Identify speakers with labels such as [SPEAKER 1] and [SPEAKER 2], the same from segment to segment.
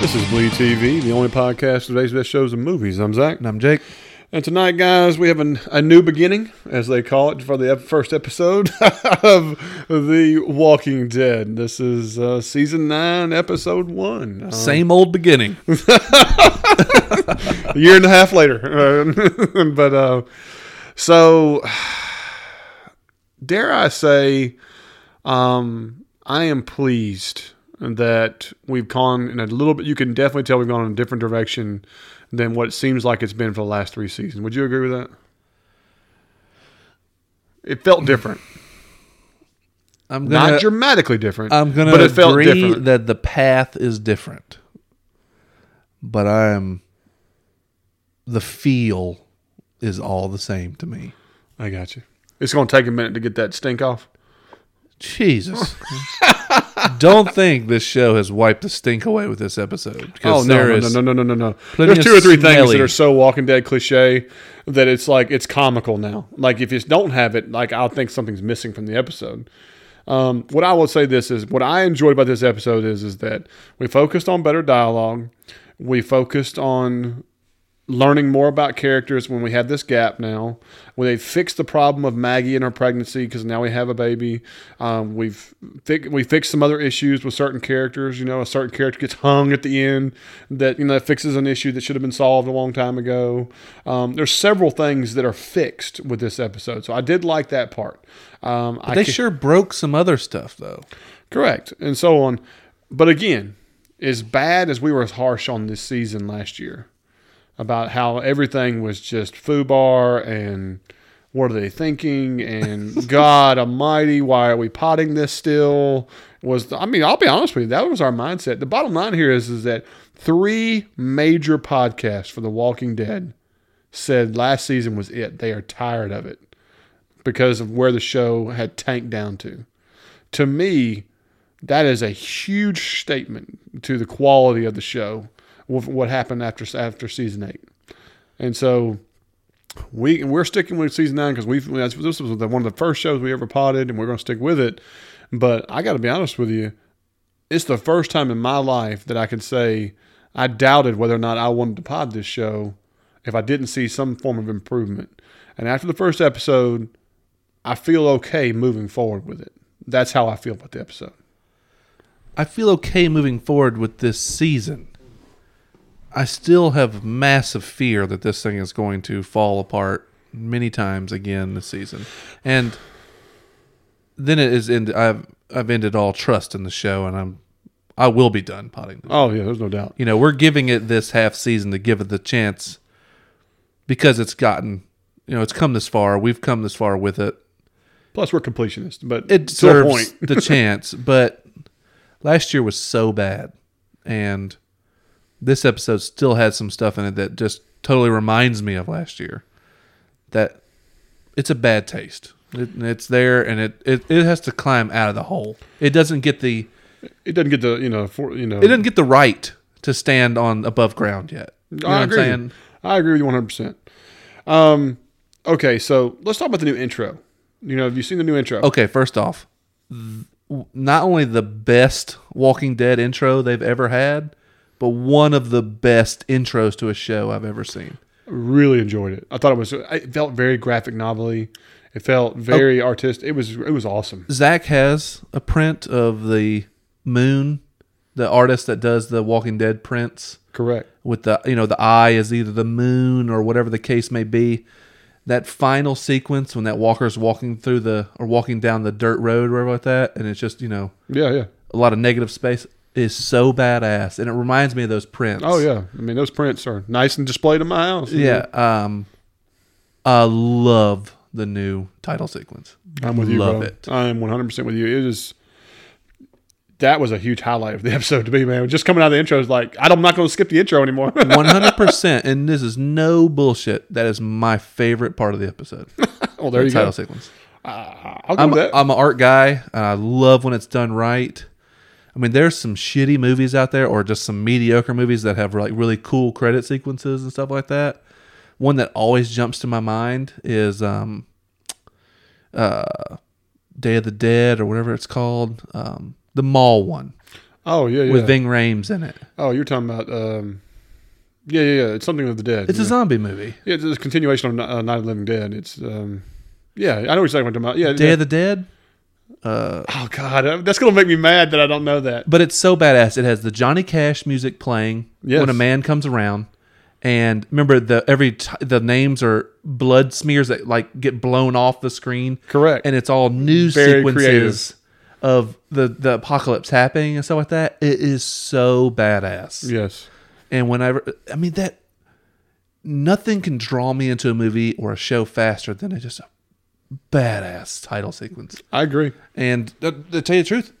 [SPEAKER 1] This is Bleed TV, the only podcast of today's best shows and movies. I'm Zach.
[SPEAKER 2] And I'm Jake.
[SPEAKER 1] And tonight, guys, we have an, a new beginning, as they call it, for the ep- first episode of The Walking Dead. This is uh, season nine, episode one. Uh,
[SPEAKER 2] Same old beginning.
[SPEAKER 1] a year and a half later. Uh, but uh, so, dare I say, um, I am pleased that we've gone in a little bit. You can definitely tell we've gone in a different direction than what it seems like it's been for the last three seasons. Would you agree with that? It felt different,
[SPEAKER 2] I'm
[SPEAKER 1] not
[SPEAKER 2] gonna.
[SPEAKER 1] dramatically different.
[SPEAKER 2] I'm gonna
[SPEAKER 1] but it felt
[SPEAKER 2] agree
[SPEAKER 1] different.
[SPEAKER 2] that the path is different, but I'm. The feel is all the same to me.
[SPEAKER 1] I got you. It's going to take a minute to get that stink off.
[SPEAKER 2] Jesus. Don't think this show has wiped the stink away with this episode.
[SPEAKER 1] Oh
[SPEAKER 2] Because
[SPEAKER 1] no,
[SPEAKER 2] there
[SPEAKER 1] no,
[SPEAKER 2] is
[SPEAKER 1] no, no, no, no, no!
[SPEAKER 2] plenty
[SPEAKER 1] There's
[SPEAKER 2] of
[SPEAKER 1] two or three things that
[SPEAKER 2] smelly-
[SPEAKER 1] are so Walking Dead cliche that it's like it's comical now. Like if you don't have it, like I'll think something's missing from the episode. Um, what I will say this is what I enjoyed about this episode is is that we focused on better dialogue, we focused on learning more about characters when we had this gap now. When they fixed the problem of Maggie and her pregnancy because now we have a baby. Um, we've fi- we fixed some other issues with certain characters. You know, a certain character gets hung at the end that you know fixes an issue that should have been solved a long time ago. Um, there's several things that are fixed with this episode, so I did like that part. Um, I
[SPEAKER 2] They
[SPEAKER 1] ca-
[SPEAKER 2] sure broke some other stuff though.
[SPEAKER 1] Correct, and so on. But again, as bad as we were harsh on this season last year about how everything was just foobar and what are they thinking and God Almighty, why are we potting this still? Was the, I mean, I'll be honest with you, that was our mindset. The bottom line here is is that three major podcasts for The Walking Dead said last season was it. They are tired of it because of where the show had tanked down to. To me, that is a huge statement to the quality of the show with what happened after after season eight. And so we we're sticking with season nine because we this was the, one of the first shows we ever potted, and we're going to stick with it. But I got to be honest with you, it's the first time in my life that I could say I doubted whether or not I wanted to pod this show if I didn't see some form of improvement. And after the first episode, I feel okay moving forward with it. That's how I feel about the episode.
[SPEAKER 2] I feel okay moving forward with this season. I still have massive fear that this thing is going to fall apart many times again this season, and then it is end. I've I've ended all trust in the show, and I'm I will be done potting. This.
[SPEAKER 1] Oh yeah, there's no doubt.
[SPEAKER 2] You know, we're giving it this half season to give it the chance because it's gotten you know it's come this far. We've come this far with it
[SPEAKER 1] Plus, we're completionists, but
[SPEAKER 2] it
[SPEAKER 1] to a
[SPEAKER 2] deserves the chance, but last year was so bad, and this episode still had some stuff in it that just totally reminds me of last year. That it's a bad taste. It, it's there, and it, it it has to climb out of the hole. It doesn't get the
[SPEAKER 1] It doesn't get the you know for you know.
[SPEAKER 2] it doesn't get the right to stand on above ground yet. You know
[SPEAKER 1] I
[SPEAKER 2] what I'm
[SPEAKER 1] agree. with you.
[SPEAKER 2] saying?
[SPEAKER 1] I agree with you one hundred percent. Um, okay, so let's talk about the new intro. You know, have you seen the new intro?
[SPEAKER 2] Okay, first off, th- not only the best Walking Dead intro they've ever had, but one of the best intros to a show I've ever seen.
[SPEAKER 1] Really enjoyed it. I thought it was. It felt very graphic novelly. It felt very artistic. It was. It was awesome.
[SPEAKER 2] Zach has a print of the moon, the artist that does the Walking Dead prints
[SPEAKER 1] Correct.
[SPEAKER 2] with the you know the eye is either the moon or whatever the case may be. That final sequence when that walker's walking through the or walking down the dirt road, wherever like that, and it's just you know
[SPEAKER 1] Yeah, yeah.
[SPEAKER 2] a lot of negative space is so badass, and it reminds me of those prints.
[SPEAKER 1] Oh yeah. I mean, those prints are nice and displayed in my house.
[SPEAKER 2] Yeah. Um, I love the new title sequence.
[SPEAKER 1] I'm with you,
[SPEAKER 2] Love
[SPEAKER 1] bro.
[SPEAKER 2] it.
[SPEAKER 1] I am 100% with you. It is that was a huge highlight of the episode to me, man. Just coming out of the intro is like I don't- I'm not going to skip the intro anymore.
[SPEAKER 2] One hundred percent, and this is no bullshit. That is my favorite part of the episode.
[SPEAKER 1] oh, there
[SPEAKER 2] the
[SPEAKER 1] you
[SPEAKER 2] title
[SPEAKER 1] go. Ah,
[SPEAKER 2] sequence.
[SPEAKER 1] I'll go
[SPEAKER 2] I'm
[SPEAKER 1] with that.
[SPEAKER 2] I'm an art guy, and I love when it's done right. I mean, there's some shitty movies out there, or just some mediocre movies that have like really cool credit sequences and stuff like that. One that always jumps to my mind is um, uh, Day of the Dead or whatever it's called, um, the mall one.
[SPEAKER 1] Oh yeah, yeah.
[SPEAKER 2] with Ving Rhames in it.
[SPEAKER 1] oh, you're talking about. Um, yeah, yeah, yeah. It's something of the dead.
[SPEAKER 2] It's
[SPEAKER 1] yeah.
[SPEAKER 2] a zombie movie.
[SPEAKER 1] Yeah, it's a continuation of Ni- uh, Night of the Living Dead. It's um, yeah, I know what you're talking about. Yeah,
[SPEAKER 2] Day
[SPEAKER 1] yeah.
[SPEAKER 2] of the Dead. Uh,
[SPEAKER 1] Oh God, uh, that's gonna make me mad that I don't know that.
[SPEAKER 2] but it's so badass. It has the Johnny Cash music playing
[SPEAKER 1] Yes.
[SPEAKER 2] when a man comes around. And remember the every t- the names are blood smears that like get blown off the screen.
[SPEAKER 1] Correct.
[SPEAKER 2] And it's all news
[SPEAKER 1] Very
[SPEAKER 2] sequences of the the apocalypse happening and stuff like that. It is so badass.
[SPEAKER 1] yes,
[SPEAKER 2] And whenever, I mean, that nothing can draw me into a movie or a show faster than a, just a badass title sequence.
[SPEAKER 1] I agree.
[SPEAKER 2] And uh, to tell you the truth,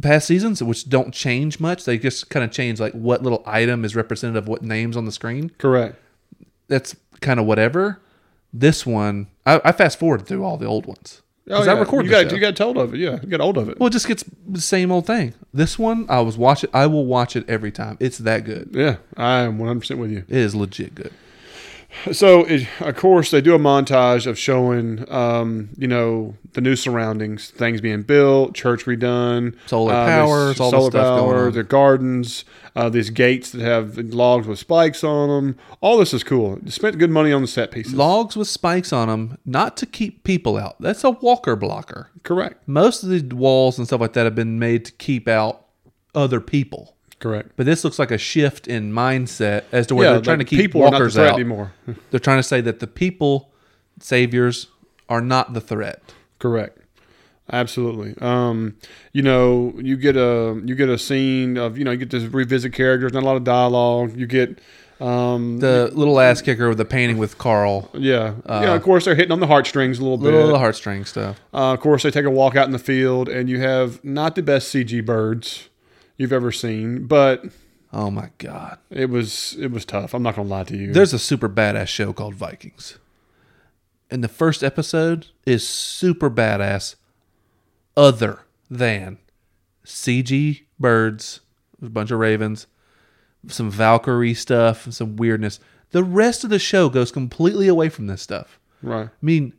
[SPEAKER 2] past seasons, which don't change much, they just kind of change like what little item is representative of what names on the screen.
[SPEAKER 1] Correct.
[SPEAKER 2] That's kind of whatever. This one, I, I fast forward through all the old ones.
[SPEAKER 1] Oh,
[SPEAKER 2] Because
[SPEAKER 1] yeah.
[SPEAKER 2] I record
[SPEAKER 1] you
[SPEAKER 2] the
[SPEAKER 1] got
[SPEAKER 2] show.
[SPEAKER 1] you got told of it. Yeah, you got old of it.
[SPEAKER 2] well, it just gets the same old thing. This one, I was watch it. I will watch it every time. It's that good.
[SPEAKER 1] Yeah, I am 100 percent with you.
[SPEAKER 2] It is legit good.
[SPEAKER 1] So, it, of course, they do a montage of showing, um, you know, the new surroundings, things being built, church redone,
[SPEAKER 2] Solar
[SPEAKER 1] uh,
[SPEAKER 2] power,
[SPEAKER 1] this
[SPEAKER 2] all the stuff going on.
[SPEAKER 1] the gardens, uh, these gates that have logs with spikes on them. All this is cool. They spent good money on the set pieces.
[SPEAKER 2] logs with spikes on them, not to keep people out. That's a walker blocker.
[SPEAKER 1] Correct.
[SPEAKER 2] Most of the walls and stuff like that have been made to keep out other people.
[SPEAKER 1] Correct.
[SPEAKER 2] But this looks like a shift in mindset as to where they're trying
[SPEAKER 1] like,
[SPEAKER 2] to keep
[SPEAKER 1] people are not the
[SPEAKER 2] walkers
[SPEAKER 1] threat
[SPEAKER 2] out.
[SPEAKER 1] anymore.
[SPEAKER 2] They're trying to say that the people saviors are not the threat.
[SPEAKER 1] Correct. Absolutely. Um, you know, you get a you get a scene of you know you get to revisit characters, not a lot of dialogue. You get um,
[SPEAKER 2] The little ass kicker with the painting with Carl,
[SPEAKER 1] yeah, yeah. Of course, they're hitting on the heartstrings a little,
[SPEAKER 2] little,
[SPEAKER 1] bit.
[SPEAKER 2] little heartstring stuff.
[SPEAKER 1] Uh, of course, they take a walk out in the field, and you have not the best CG birds you've ever seen, but
[SPEAKER 2] Oh my god.
[SPEAKER 1] it was it was tough. I'm not gonna lie to you.
[SPEAKER 2] There's a super badass show called Vikings. And the first episode is super badass, other than CG birds, a bunch of ravens, some Valkyrie stuff, and some weirdness. The rest of the show goes completely away from this stuff.
[SPEAKER 1] right.
[SPEAKER 2] I mean,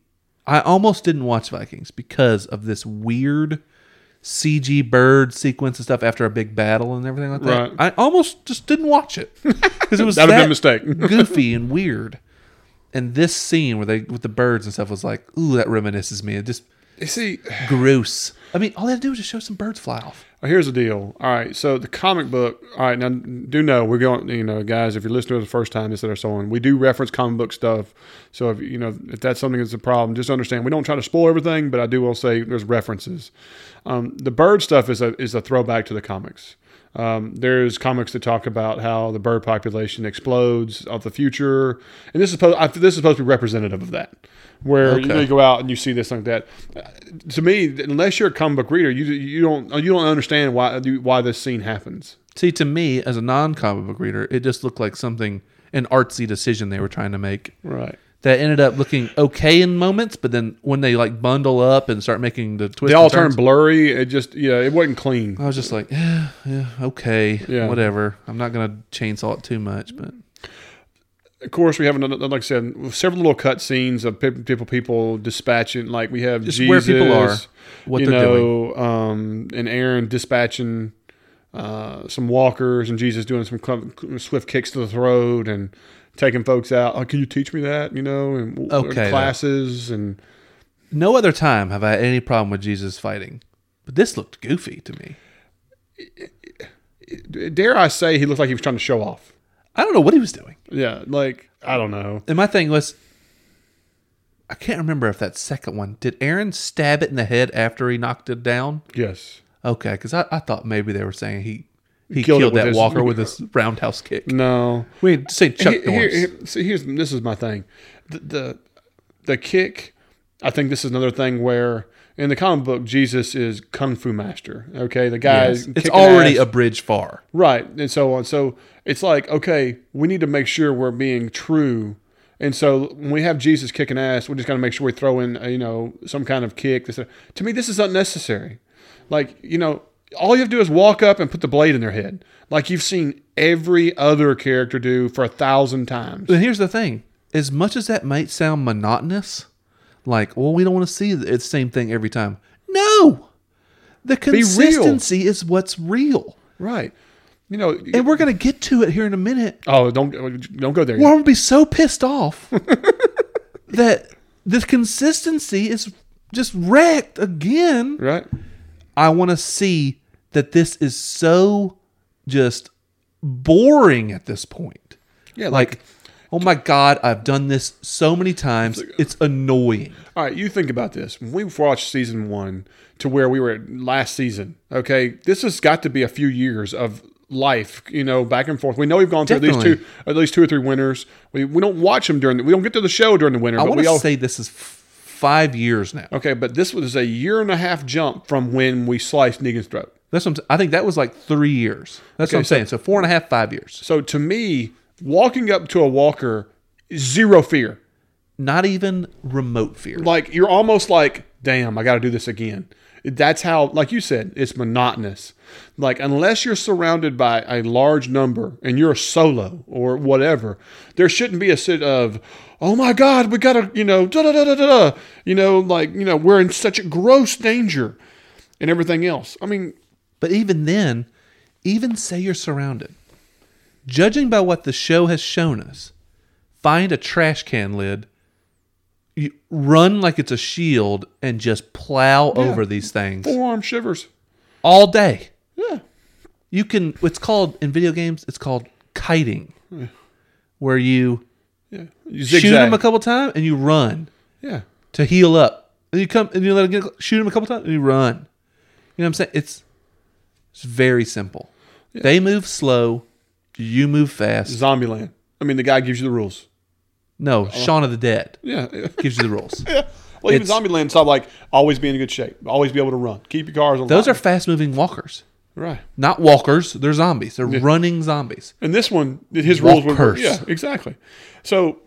[SPEAKER 2] I almost didn't watch Vikings because of this weird CG bird sequence and stuff after a big battle and everything like that.
[SPEAKER 1] Right.
[SPEAKER 2] I almost just didn't watch it because it was
[SPEAKER 1] That'd have been a
[SPEAKER 2] that-
[SPEAKER 1] mistake.
[SPEAKER 2] goofy and weird. And this scene where they with the birds and stuff was like, ooh, that reminisces me. It just
[SPEAKER 1] You see,
[SPEAKER 2] gross. I mean, all they had to do was just show some birds fly off.
[SPEAKER 1] Uh, Here's the deal. All right, so the comic book. All right, now do know we're going. You know, guys, if you're listening to the first time, this that, or so on, we do reference comic book stuff. So if you know if that's something that's a problem, just understand we don't try to spoil everything, but I do will say there's references. Um, the bird stuff is a is a throwback to the comics. Um, there's comics that talk about how the bird population explodes of the future, and this is supposed, I, this is supposed to be representative of that, where you, know,
[SPEAKER 2] Okay.
[SPEAKER 1] you go out and you see this like that. Uh, To me, unless you're a comic book reader, you you don't you don't understand why why this scene happens.
[SPEAKER 2] See, to me, as a non comic book reader, it just looked like something an artsy decision they were trying to make
[SPEAKER 1] Right.
[SPEAKER 2] that ended up looking okay in moments, but then when they like bundle up and start making the twists,
[SPEAKER 1] They all
[SPEAKER 2] and turns,
[SPEAKER 1] turn blurry. It just yeah, it wasn't clean.
[SPEAKER 2] I was just like, yeah, yeah, okay,
[SPEAKER 1] Yeah.
[SPEAKER 2] whatever. I'm not gonna chainsaw it too much, but
[SPEAKER 1] Of course, we have another like I said, several little cut scenes of pe- people people dispatching. Like we have
[SPEAKER 2] just
[SPEAKER 1] Jesus,
[SPEAKER 2] where people are, what
[SPEAKER 1] you
[SPEAKER 2] they're doing.
[SPEAKER 1] know, um, and Aaron dispatching uh, some walkers, and Jesus doing some cl- swift kicks to the throat and taking folks out. Oh, can you teach me that? You know, and w- and
[SPEAKER 2] Okay, though.
[SPEAKER 1] classes and
[SPEAKER 2] No other time have I had any problem with Jesus fighting, but this looked goofy to me.
[SPEAKER 1] dare I say, he looked like he was trying to show off.
[SPEAKER 2] I don't know what he was doing.
[SPEAKER 1] Yeah, like I don't know.
[SPEAKER 2] And my thing was, I can't remember if that second one did Aaron stab it in the head after he knocked it down.
[SPEAKER 1] Yes,
[SPEAKER 2] Okay, because I, I thought maybe they were saying he he
[SPEAKER 1] Killed
[SPEAKER 2] killed,
[SPEAKER 1] it with
[SPEAKER 2] that
[SPEAKER 1] his-
[SPEAKER 2] walker with his roundhouse kick.
[SPEAKER 1] no.
[SPEAKER 2] We ain't say Chuck
[SPEAKER 1] Here- here-
[SPEAKER 2] Norris.
[SPEAKER 1] here- see, here's this is my thing. The, the the kick. I think this is another thing where in the comic book Jesus is kung fu master. Okay, the guy.
[SPEAKER 2] Yes.
[SPEAKER 1] is
[SPEAKER 2] It's
[SPEAKER 1] kicking
[SPEAKER 2] already
[SPEAKER 1] ass.
[SPEAKER 2] a bridge far.
[SPEAKER 1] Right, and so on. So it's like, okay, we need to make sure we're being true. And so when we have Jesus kicking ass, we just got to make sure we throw in, uh, you know, some kind of kick. This, that. to me, this is unnecessary. Like, you know, all you have to do is walk up and put the blade in their head, like you've seen every other character do for a thousand times.
[SPEAKER 2] But here's the thing: as much as that might sound monotonous, like, well, we don't want to see the same thing every time. No, the
[SPEAKER 1] real.
[SPEAKER 2] consistency is what's real.
[SPEAKER 1] Right. You know.
[SPEAKER 2] And we're gonna get to it here in a minute.
[SPEAKER 1] oh, don't don't go there.
[SPEAKER 2] Where I'm gonna be so pissed off that this consistency is just wrecked again.
[SPEAKER 1] Right.
[SPEAKER 2] I want to see that this is so just boring at this point.
[SPEAKER 1] Yeah.
[SPEAKER 2] Like, oh my God, I've done this so many times. It's annoying.
[SPEAKER 1] All right, you think about this. When we watched season one to where we were at last season, okay, this has got to be a few years of life, you know, back and forth. We know we've gone through these
[SPEAKER 2] Definitely.
[SPEAKER 1] two, at least two or three winters. We, we don't watch them during the, we don't get to the show during the winter,
[SPEAKER 2] I
[SPEAKER 1] but
[SPEAKER 2] want
[SPEAKER 1] we
[SPEAKER 2] to
[SPEAKER 1] all,
[SPEAKER 2] say this is f- five years now.
[SPEAKER 1] okay, but this was a year and a half jump from when we sliced Negan's throat.
[SPEAKER 2] That's what I'm, I think that was like three years. That's what I'm saying. So four and a half, five years.
[SPEAKER 1] So to me, walking up to a walker, zero fear.
[SPEAKER 2] Not even remote fear.
[SPEAKER 1] like you're almost like damn i gotta do this again that's how like you said it's monotonous like unless you're surrounded by a large number and you're solo or whatever there shouldn't be a sit of oh my god we gotta you know da da da da da you know like you know we're in such a gross danger and everything else i mean
[SPEAKER 2] But even then, even say you're surrounded. Judging by what the show has shown us, find a trash can lid, you run like it's a shield, and just plow over these things
[SPEAKER 1] forearm shivers
[SPEAKER 2] all day.
[SPEAKER 1] yeah
[SPEAKER 2] You can, it's called, in video games, it's called kiting, where you
[SPEAKER 1] yeah you
[SPEAKER 2] shoot 'em shoot them a
[SPEAKER 1] zigzag
[SPEAKER 2] couple times and you run
[SPEAKER 1] yeah
[SPEAKER 2] to heal up. And you come and you let 'em get, shoot him a couple times and you run. You know what I'm saying? It's it's very simple. They move slow, you move fast.
[SPEAKER 1] zombie land i mean the guy gives you the rules
[SPEAKER 2] No, Shaun of the Dead
[SPEAKER 1] yeah
[SPEAKER 2] gives you the rules.
[SPEAKER 1] Well, even
[SPEAKER 2] It's-
[SPEAKER 1] Zombie Land saw like always be in good shape, always be able to run, keep your cars alive.
[SPEAKER 2] Those are fast moving walkers.
[SPEAKER 1] right.
[SPEAKER 2] Not walkers, they're zombies. They're running zombies.
[SPEAKER 1] And this one, his rules were
[SPEAKER 2] Walkers.
[SPEAKER 1] yeah, exactly. So,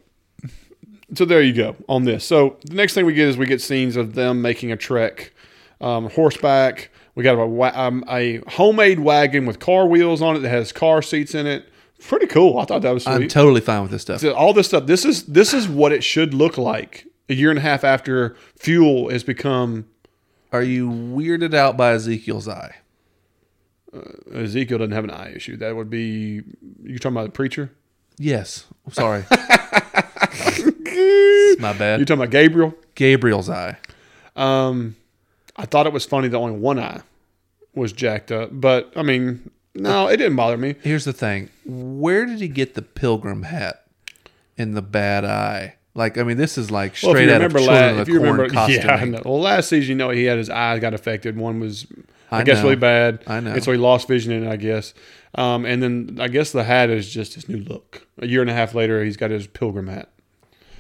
[SPEAKER 1] so there you go on this. So the next thing we get is we get scenes of them making a trek, um, horseback. We got a, wa- um, a homemade wagon with car wheels on it that has car seats in it. Pretty cool. I thought that was sweet.
[SPEAKER 2] I'm totally fine with this stuff.
[SPEAKER 1] So all this stuff. This is this is what it should look like a year and a half after fuel has become
[SPEAKER 2] Are you weirded out by Ezekiel's eye?
[SPEAKER 1] Ezekiel doesn't have an eye issue. That would be you talking about the preacher.
[SPEAKER 2] Yes. I'm sorry. My
[SPEAKER 1] You're
[SPEAKER 2] bad.
[SPEAKER 1] talking about Gabriel.
[SPEAKER 2] Gabriel's eye.
[SPEAKER 1] Um, I thought it was funny that only one eye was jacked up, but I mean, no, it didn't bother me.
[SPEAKER 2] Here's the thing. Where did he get the pilgrim hat and the bad eye? Like, I mean, this is like
[SPEAKER 1] Well, if
[SPEAKER 2] straight
[SPEAKER 1] you
[SPEAKER 2] out of
[SPEAKER 1] remember
[SPEAKER 2] Children
[SPEAKER 1] last,
[SPEAKER 2] of
[SPEAKER 1] if
[SPEAKER 2] the
[SPEAKER 1] you
[SPEAKER 2] Corn
[SPEAKER 1] remember,
[SPEAKER 2] costuming.
[SPEAKER 1] yeah, I know. well, last season, you know, he had his eyes got affected. One was, I,
[SPEAKER 2] I
[SPEAKER 1] guess,
[SPEAKER 2] know.
[SPEAKER 1] really bad.
[SPEAKER 2] I know.
[SPEAKER 1] and so he lost vision in it, I guess. Um, and then I guess the hat is just his new look. A year and a half later, he's got his pilgrim hat.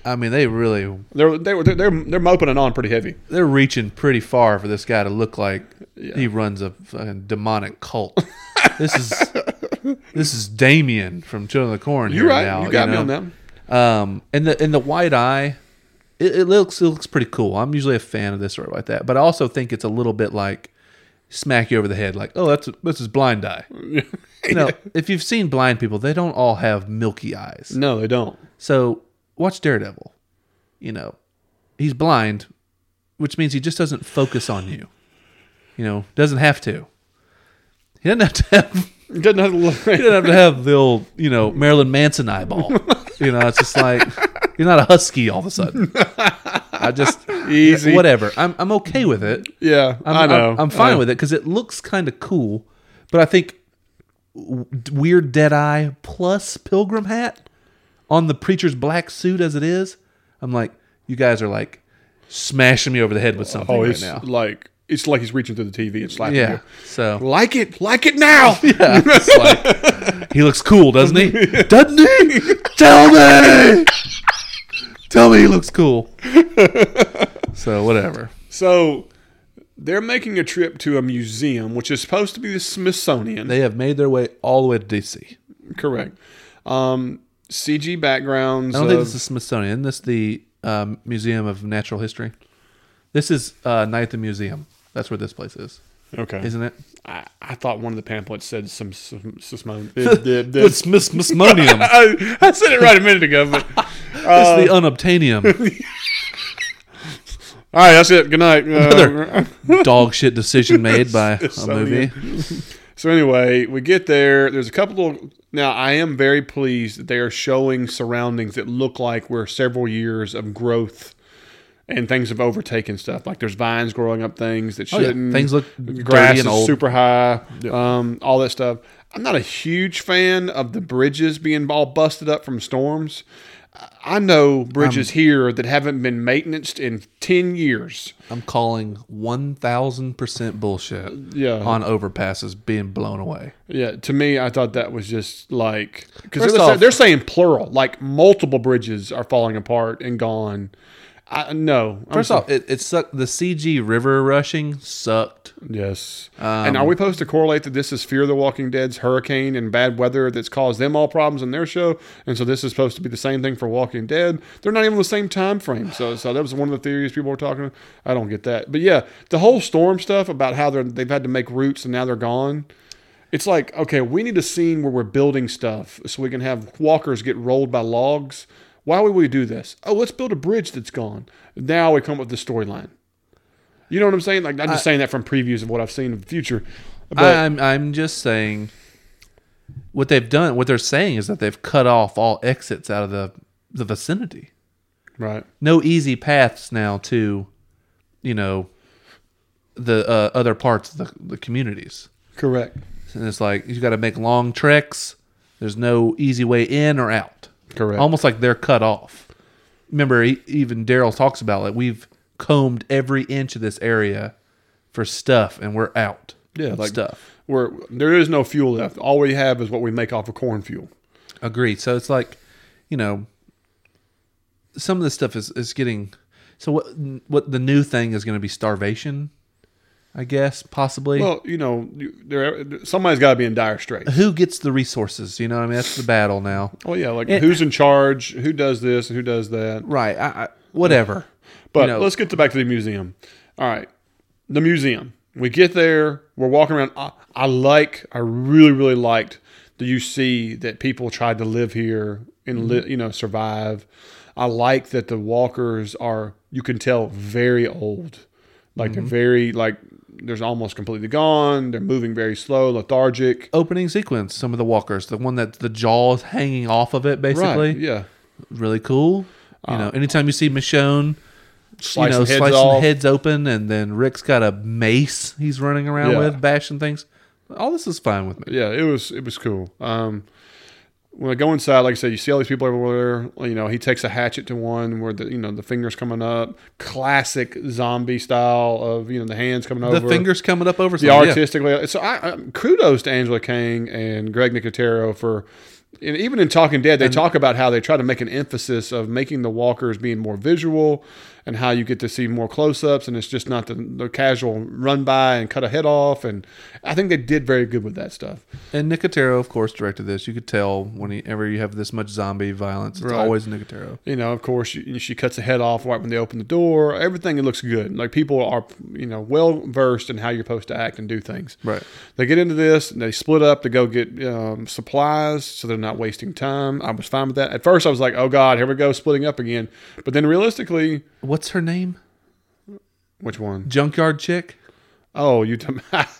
[SPEAKER 2] I mean, they really
[SPEAKER 1] They're they were they're they're, they're moping it on pretty heavy.
[SPEAKER 2] they're reaching pretty far for this guy to look like he runs a fucking demonic cult. this is this is Damien from Children of the Corn.
[SPEAKER 1] You're
[SPEAKER 2] here
[SPEAKER 1] right.
[SPEAKER 2] now,
[SPEAKER 1] you got me
[SPEAKER 2] know?
[SPEAKER 1] on that. one.
[SPEAKER 2] Um, and the and the white eye, it, it looks it looks pretty cool. I'm usually a fan of this sort of like that, but I also think it's a little bit like smack you over the head, like oh that's that's his blind eye. You know, if you've seen blind people, they don't all have milky eyes.
[SPEAKER 1] No, they don't.
[SPEAKER 2] So watch Daredevil. You know, he's blind, which means he just doesn't focus on you. You know, doesn't have to. He doesn't have to have
[SPEAKER 1] It doesn't have to look.
[SPEAKER 2] you don't have to have the old, you know, Marilyn Manson eyeball. You know, it's just like you're not a husky all of a sudden. I just
[SPEAKER 1] Easy.
[SPEAKER 2] whatever. I'm I'm okay with it.
[SPEAKER 1] Yeah,
[SPEAKER 2] I'm,
[SPEAKER 1] i know.
[SPEAKER 2] I'm, I'm fine with it because it looks kind of cool. But I think w- weird dead eye plus pilgrim hat on the preacher's black suit as it is. I'm like, you guys are like smashing me over the head with something
[SPEAKER 1] Oh,
[SPEAKER 2] right
[SPEAKER 1] it's
[SPEAKER 2] now.
[SPEAKER 1] like it's like he's reaching through the TV and slapping
[SPEAKER 2] Yeah. So
[SPEAKER 1] you. Like it, like it now.
[SPEAKER 2] Yeah, it's like, he looks cool, doesn't he? Doesn't he? Tell me. Tell me he looks cool. So whatever.
[SPEAKER 1] So they're making a trip to a museum, which is supposed to be the Smithsonian.
[SPEAKER 2] They have made their way all the way to DC.
[SPEAKER 1] Correct. Um, CG backgrounds.
[SPEAKER 2] I don't
[SPEAKER 1] of,
[SPEAKER 2] think this is Smithsonian. Isn't this the um, Museum of Natural History? This is uh, Nathan Museum. That's where this place is,
[SPEAKER 1] okay.
[SPEAKER 2] isn't it?
[SPEAKER 1] I, I thought one of the pamphlets said some some- some-
[SPEAKER 2] The Smith- Smithsonian.
[SPEAKER 1] I,
[SPEAKER 2] It's
[SPEAKER 1] I said it right a minute ago, but all
[SPEAKER 2] the unobtainium.
[SPEAKER 1] right, that's it. Good night. Uh,
[SPEAKER 2] Dog shit decision made by a movie.
[SPEAKER 1] So anyway, we get there. There's a couple of now. I am very pleased that they are showing surroundings that look like we're several years of growth, and things have overtaken stuff. Like there's vines growing up things that
[SPEAKER 2] Oh, yeah.
[SPEAKER 1] shouldn't.
[SPEAKER 2] Things look
[SPEAKER 1] grass
[SPEAKER 2] dirty
[SPEAKER 1] is
[SPEAKER 2] and old.
[SPEAKER 1] super high. Um, all that stuff. I'm not a huge fan of the bridges being all busted up from storms. I- I know bridges here that haven't been maintenanced in ten years.
[SPEAKER 2] I'm calling 1000% bullshit
[SPEAKER 1] Yeah.
[SPEAKER 2] on overpasses being blown away.
[SPEAKER 1] Yeah, to me, I thought that was just like because
[SPEAKER 2] First
[SPEAKER 1] they're,
[SPEAKER 2] off-
[SPEAKER 1] they're saying plural, like multiple bridges are falling apart and gone. I no. I'm
[SPEAKER 2] First
[SPEAKER 1] so-
[SPEAKER 2] off, it, it sucked. The CG river rushing sucked.
[SPEAKER 1] yes. and
[SPEAKER 2] um,
[SPEAKER 1] are we supposed to correlate that this is Fear the Walking Dead's hurricane and bad weather that's caused them all problems in their show, and so this is supposed to be the same thing for Walking Dead? They're not even the same time frame. So, so that was one of the theories people were talking. about. I don't get that, but yeah, the whole storm stuff about how they're they've had to make roots and now they're gone. It's like, okay, we need a scene where we're building stuff so we can have walkers get rolled by logs. Why would we do this? Oh, let's build a bridge that's gone. Now we come up with the storyline. You know what I'm saying? Like I'm just saying that from previews of what I've seen in the future. But
[SPEAKER 2] I'm I'm just saying what they've done. What they're saying is that they've cut off all exits out of the the vicinity.
[SPEAKER 1] right.
[SPEAKER 2] No easy paths now to, you know, the uh, other parts of the, the communities.
[SPEAKER 1] Correct.
[SPEAKER 2] And it's like you got to make long treks. There's no easy way in or out.
[SPEAKER 1] Correct.
[SPEAKER 2] Almost like they're cut off. Remember, e- even Daryl talks about like we've combed every inch of this area for stuff, and we're out.
[SPEAKER 1] Yeah,
[SPEAKER 2] of
[SPEAKER 1] like-
[SPEAKER 2] stuff.
[SPEAKER 1] Where there is no fuel left. All we have is what we make off of corn fuel.
[SPEAKER 2] Agreed. So it's like, you know, some of this stuff is is getting. So what what the new thing is going to be starvation, I guess possibly.
[SPEAKER 1] Well, you know, you- there somebody's got to be in dire straits.
[SPEAKER 2] Who gets the resources? You know, what I mean that's the battle now.
[SPEAKER 1] Oh yeah, like
[SPEAKER 2] And-
[SPEAKER 1] who's in charge? Who does this? Who does that?
[SPEAKER 2] Right. I, I, whatever.
[SPEAKER 1] But
[SPEAKER 2] You know-
[SPEAKER 1] let's get to back to the museum. All right, the museum. We get there. We're walking around. I, I like. I really, really liked that you see that people tried to live here and
[SPEAKER 2] Mm-hmm.
[SPEAKER 1] li- you know survive. I like that the walkers are. You can tell very old. Like
[SPEAKER 2] Mm-hmm.
[SPEAKER 1] they're very like there's almost completely gone. They're moving very slow, lethargic.
[SPEAKER 2] Opening sequence. Some of the walkers. The one that the jaw is hanging off of it. Basically,
[SPEAKER 1] Right. Yeah.
[SPEAKER 2] really cool. You know, anytime you see Michonne,
[SPEAKER 1] Uh, Slicing
[SPEAKER 2] you know,
[SPEAKER 1] heads
[SPEAKER 2] slicing
[SPEAKER 1] off.
[SPEAKER 2] heads open, and then Rick's got a mace he's running around
[SPEAKER 1] Yeah.
[SPEAKER 2] with, bashing things. All this is fine with me.
[SPEAKER 1] yeah, it was it was cool. Um, when I go inside, like I said, you see all these people everywhere. You know, he takes a hatchet to one where the you know the fingers coming up, classic zombie style of you know the hands coming
[SPEAKER 2] the
[SPEAKER 1] over,
[SPEAKER 2] fingers coming up over
[SPEAKER 1] the
[SPEAKER 2] something, yeah.
[SPEAKER 1] artistic layout. So I, I kudos to Angela Kang and Greg Nicotero for. And even in Talking Dead, they talk about how they try to make an emphasis of making the walkers being more visual, and how you get to see more close-ups, and it's just not the, the casual run by and cut a head off. And I think they did very good with that stuff.
[SPEAKER 2] And Nicotero, of course, directed this. You could tell whenever you have this much zombie violence, it's
[SPEAKER 1] Right.
[SPEAKER 2] always Nicotero.
[SPEAKER 1] You know, of course, she, she cuts the head off right when they open the door. Everything it looks good. Like people are, you know, well versed in how you're supposed to act and do things.
[SPEAKER 2] Right.
[SPEAKER 1] They get into this and they split up to go get um, supplies, so they're not wasting time. I was fine with that. At first, I was like, "Oh God, here we go, splitting up again." But then, realistically,
[SPEAKER 2] What's her name?
[SPEAKER 1] which one?
[SPEAKER 2] Junkyard chick.
[SPEAKER 1] Oh, you. T-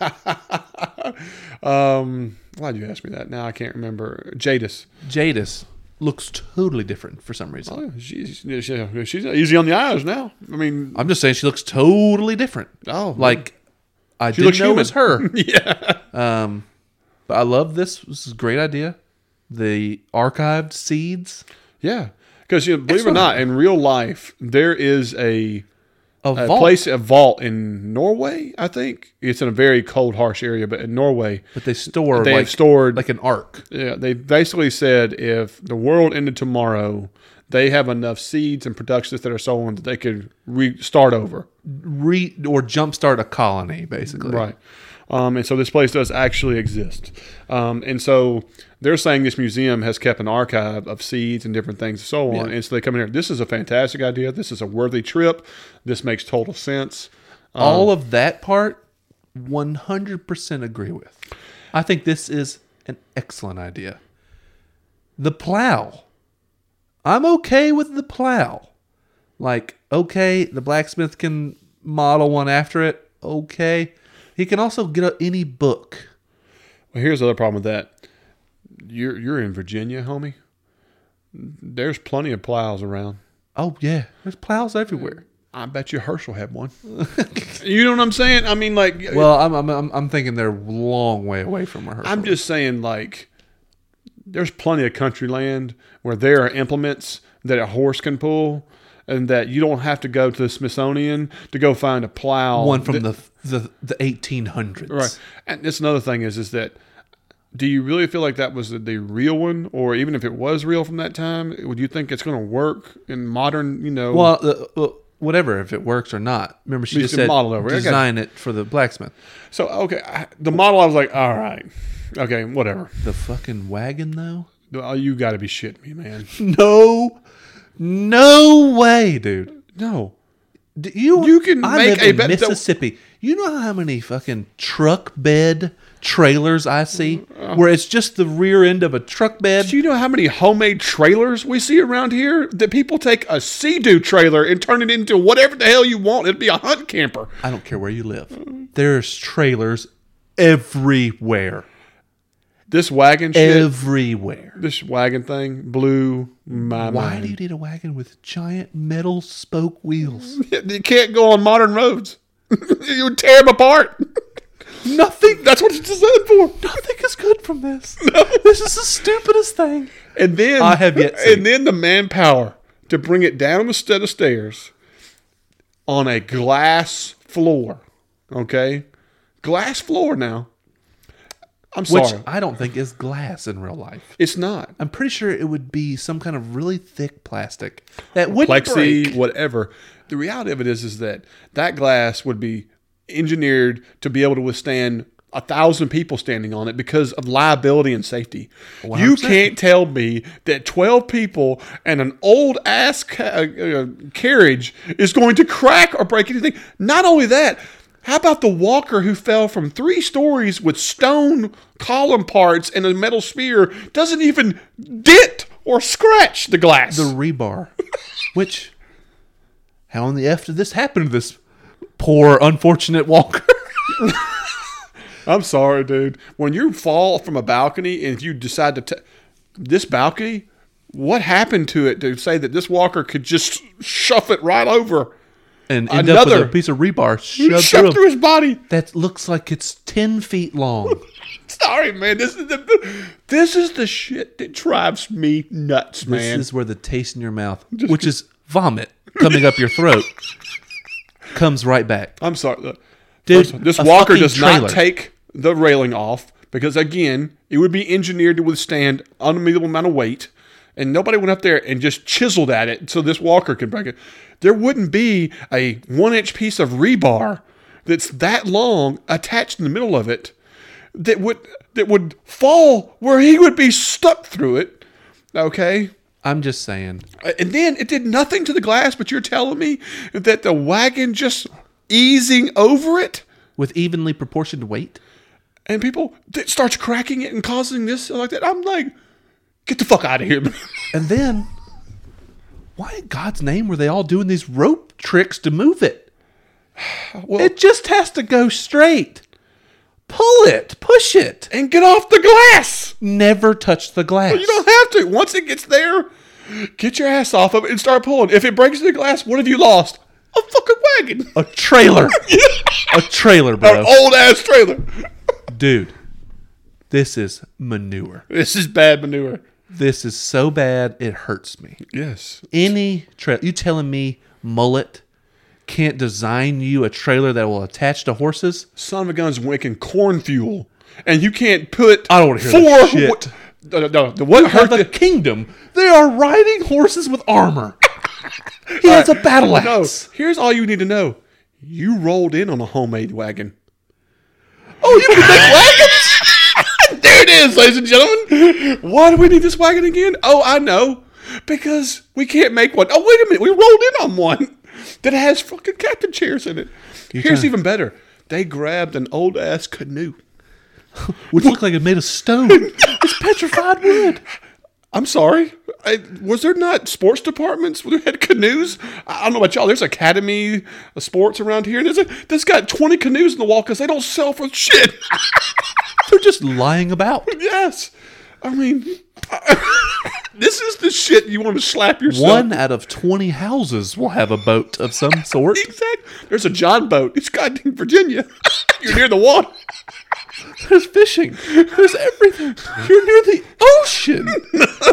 [SPEAKER 1] um, why'd you ask me that? Now I can't remember. Jadis.
[SPEAKER 2] Jadis looks totally different for some reason.
[SPEAKER 1] Oh, she's she's she's easy on the eyes now. I mean,
[SPEAKER 2] I'm just saying she looks totally different.
[SPEAKER 1] oh,
[SPEAKER 2] Like I
[SPEAKER 1] She
[SPEAKER 2] didn't
[SPEAKER 1] looks
[SPEAKER 2] know it was her.
[SPEAKER 1] yeah.
[SPEAKER 2] Um, but I love this. This is a great idea. The archived seeds
[SPEAKER 1] Yeah, because you know, believe it or not, in real life there is a,
[SPEAKER 2] of
[SPEAKER 1] a
[SPEAKER 2] vault.
[SPEAKER 1] place a vault in Norway. I think it's in a very cold, harsh area, but in Norway
[SPEAKER 2] but they store
[SPEAKER 1] they
[SPEAKER 2] like
[SPEAKER 1] have stored.
[SPEAKER 2] like an ark.
[SPEAKER 1] yeah, they basically said if the world ended tomorrow, they have enough seeds and productions that are sown that they could restart over.
[SPEAKER 2] Re or jumpstart a colony, basically.
[SPEAKER 1] Right. Um, and so this place does actually exist. Um, and so they're saying this museum has kept an archive of seeds and different things and so on.
[SPEAKER 2] Yeah.
[SPEAKER 1] And so they come in here. This is a fantastic idea. This is a worthy trip. This makes total sense.
[SPEAKER 2] all
[SPEAKER 1] um,
[SPEAKER 2] of that part 100% agree with i think this is an excellent idea the plow i'm okay with the plow like okay the blacksmith can model one after it okay he can also get a, any book
[SPEAKER 1] Well, here's the other problem with that. You're you're in Virginia, homie. There's plenty of plows around.
[SPEAKER 2] Oh yeah, there's plows everywhere.
[SPEAKER 1] I bet you Herschel had one. you know what I'm saying? I mean, like,
[SPEAKER 2] Well, I'm I'm I'm, I'm thinking they're a long way away from rehearsal.
[SPEAKER 1] I'm just saying, like, there's plenty of country land where there are implements that a horse can pull, and that you don't have to go to the Smithsonian to go find a plow.
[SPEAKER 2] one from
[SPEAKER 1] that-
[SPEAKER 2] the the the 1800s.
[SPEAKER 1] right. And that's another thing is, is that do you really feel like that was the, the real one, or even if it was real from that time, would you think it's going to work in modern? You know,
[SPEAKER 2] Well, the, well, whatever if it works or not. Remember, she
[SPEAKER 1] We
[SPEAKER 2] just
[SPEAKER 1] can
[SPEAKER 2] said
[SPEAKER 1] model over it. I got it.
[SPEAKER 2] design it for the blacksmith.
[SPEAKER 1] so okay, I, the model. I was like, all right, okay, whatever.
[SPEAKER 2] The fucking wagon though.
[SPEAKER 1] Oh, You got to be shitting me, man.
[SPEAKER 2] No, no way, dude.
[SPEAKER 1] No,
[SPEAKER 2] Do you
[SPEAKER 1] You can
[SPEAKER 2] I
[SPEAKER 1] make
[SPEAKER 2] live
[SPEAKER 1] a
[SPEAKER 2] in
[SPEAKER 1] bet that-
[SPEAKER 2] Mississippi. You know how many fucking truck bed trailers I see,
[SPEAKER 1] Uh,
[SPEAKER 2] where it's just the rear end of a truck bed.
[SPEAKER 1] Do you know how many homemade trailers we see around here? That people take a Sea-Doo trailer and turn it into whatever the hell you want. It'd be a hunt camper.
[SPEAKER 2] I don't care where you live. There's trailers everywhere,
[SPEAKER 1] This wagon shit,
[SPEAKER 2] everywhere.
[SPEAKER 1] this wagon thing blew my
[SPEAKER 2] Why do
[SPEAKER 1] mind.
[SPEAKER 2] you need a wagon with giant metal spoke wheels?
[SPEAKER 1] You can't go on modern roads. you would tear them apart.
[SPEAKER 2] Nothing.
[SPEAKER 1] That's what it's designed for.
[SPEAKER 2] Nothing is good from this. This is the stupidest thing.
[SPEAKER 1] And then
[SPEAKER 2] I have yet seen.
[SPEAKER 1] And then the manpower to bring it down a set of stairs on a glass floor. Okay, glass floor now. I'm
[SPEAKER 2] Which
[SPEAKER 1] sorry.
[SPEAKER 2] I don't think is glass in real life.
[SPEAKER 1] It's not
[SPEAKER 2] I'm pretty sure it would be some kind of really thick plastic that would not
[SPEAKER 1] plexi,
[SPEAKER 2] break.
[SPEAKER 1] whatever. The reality of it is, is that that glass would be engineered to be able to withstand a thousand people standing on it because of liability and safety. You
[SPEAKER 2] 100%.
[SPEAKER 1] can't tell me that twelve people and an old ass ca- uh, uh, carriage is going to crack or break anything. Not only that. How about the walker who fell from three stories with stone column parts and a metal spear doesn't even dent or scratch the glass?
[SPEAKER 2] The rebar. Which, how in the F did this happen to this poor, unfortunate walker?
[SPEAKER 1] I'm sorry, dude. When you fall from a balcony and if you decide to, t- this balcony, what happened to it to say that this walker could just shove it right over,
[SPEAKER 2] And end up
[SPEAKER 1] Another.
[SPEAKER 2] with a piece of rebar
[SPEAKER 1] shove,
[SPEAKER 2] shoved through, him.
[SPEAKER 1] through his body?
[SPEAKER 2] That looks like it's 10 feet long.
[SPEAKER 1] Sorry, man. This is the this is the shit that drives me nuts, man.
[SPEAKER 2] This is where the taste in your mouth, which is vomit coming up your throat, comes right back.
[SPEAKER 1] I'm sorry, look.
[SPEAKER 2] Dude,
[SPEAKER 1] First, this
[SPEAKER 2] a
[SPEAKER 1] walker
[SPEAKER 2] fucking
[SPEAKER 1] does
[SPEAKER 2] trailer.
[SPEAKER 1] not take the railing off because again, it would be engineered to withstand unbelievable amount of weight, and nobody went up there and just chiseled at it so this walker could break it. There wouldn't be a one-inch piece of rebar that's that long attached in the middle of it that would that would fall where he would be stuck through it. Okay.
[SPEAKER 2] I'm just saying.
[SPEAKER 1] And then it did nothing to the glass, but you're telling me that the wagon just easing over it
[SPEAKER 2] With evenly proportioned weight?
[SPEAKER 1] and people that starts cracking it and causing this and like that. I'm like, get the fuck out of here. man.
[SPEAKER 2] And then, why in God's name were they all doing these rope tricks to move it?
[SPEAKER 1] Well-
[SPEAKER 2] it just has to go straight. Pull it, push it.
[SPEAKER 1] and get off the glass.
[SPEAKER 2] Never touch the glass.
[SPEAKER 1] You don't have to. Once it gets there, get your ass off of it and start pulling. If it breaks the glass, what have you lost? A fucking wagon.
[SPEAKER 2] a trailer. a trailer, bro.
[SPEAKER 1] An old ass trailer.
[SPEAKER 2] Dude, this is manure.
[SPEAKER 1] This is bad manure.
[SPEAKER 2] This is so bad, it hurts me.
[SPEAKER 1] Yes.
[SPEAKER 2] Any trailer. You telling me Mullet can't design you a trailer that will attach to horses?
[SPEAKER 1] son of a gun's making corn fuel, and you can't put.
[SPEAKER 2] I don't wanna hear
[SPEAKER 1] four
[SPEAKER 2] that shit.
[SPEAKER 1] wh- no, no, no, the what hurt
[SPEAKER 2] of
[SPEAKER 1] the,
[SPEAKER 2] the kingdom. They are riding horses with armor. He has a battle
[SPEAKER 1] no.
[SPEAKER 2] axe.
[SPEAKER 1] Here's all you need to know: you rolled in on a homemade wagon.
[SPEAKER 2] Oh, you can make
[SPEAKER 1] There it is, ladies and gentlemen. Why do we need this wagon again? Oh, I know, because we can't make one. Oh, wait a minute, we rolled in on one that has fucking captain chairs in it. Here's even better: they grabbed an old ass canoe.
[SPEAKER 2] which looked like it made of stone. It's petrified wood.
[SPEAKER 1] I'm sorry. I, was there not sports departments who had canoes? I I don't know about y'all. There's academy of sports around here, and there's a, that's got 20 canoes in the wall because they don't sell for shit.
[SPEAKER 2] They're just lying about.
[SPEAKER 1] yes, I mean, this is the shit you want to slap yourself.
[SPEAKER 2] One out of 20 houses will have a boat of some sort.
[SPEAKER 1] exactly. There's a John boat. It's goddamn Virginia. You're near the water.
[SPEAKER 2] There's fishing. There's everything. You're near the
[SPEAKER 1] Oh,
[SPEAKER 2] ocean.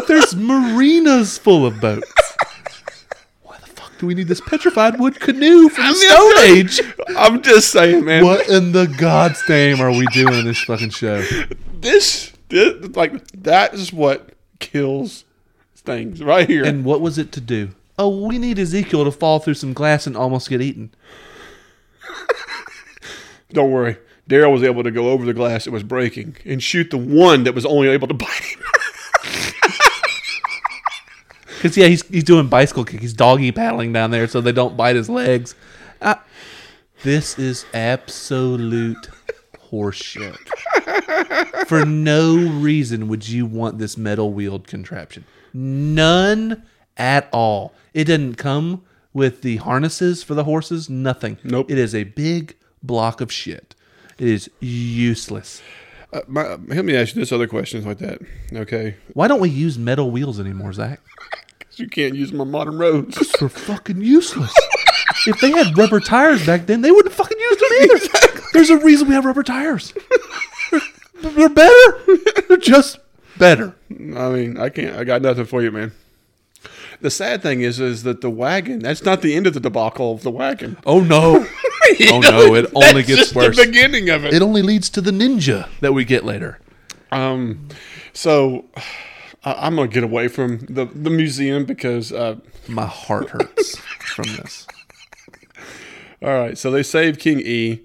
[SPEAKER 2] There's marinas full of boats. Why the fuck do we need this petrified wood canoe from the Stone Age?
[SPEAKER 1] I'm just saying, man.
[SPEAKER 2] What in the God's name are we doing in this fucking show?
[SPEAKER 1] This, this, like, that is what kills things right here.
[SPEAKER 2] And what was it to do? Oh, we need Ezekiel to fall through some glass and almost get eaten.
[SPEAKER 1] Don't worry. Daryl was able to go over the glass that was breaking and shoot the one that was only able to bite him.
[SPEAKER 2] Because, yeah, he's, he's doing bicycle kick. He's doggy paddling down there so they don't bite his legs. I- this is absolute horseshit. For no reason would you want this metal wheeled contraption. None at all. It didn't come with the harnesses for the horses, nothing.
[SPEAKER 1] Nope.
[SPEAKER 2] It is a big block of shit. It is useless.
[SPEAKER 1] Uh, my, let me ask you this other question like that. Okay.
[SPEAKER 2] Why don't we use metal wheels anymore, Zach?
[SPEAKER 1] You can't use my modern roads.
[SPEAKER 2] They're fucking useless. if they had rubber tires back then, they wouldn't fucking use them either. There's a reason we have rubber tires. They're, they're better. They're just better.
[SPEAKER 1] I mean, I can't. I got nothing for you, man. The sad thing is, is that the wagon, that's not the end of the debacle of the wagon.
[SPEAKER 2] Oh no. Oh no, it only
[SPEAKER 1] That's
[SPEAKER 2] gets
[SPEAKER 1] just
[SPEAKER 2] worse.
[SPEAKER 1] the beginning of it.
[SPEAKER 2] It only leads to the ninja that we get later.
[SPEAKER 1] Um, so I, I'm going to get away from the, the museum because uh,
[SPEAKER 2] My heart hurts from this.
[SPEAKER 1] All right, so they save King E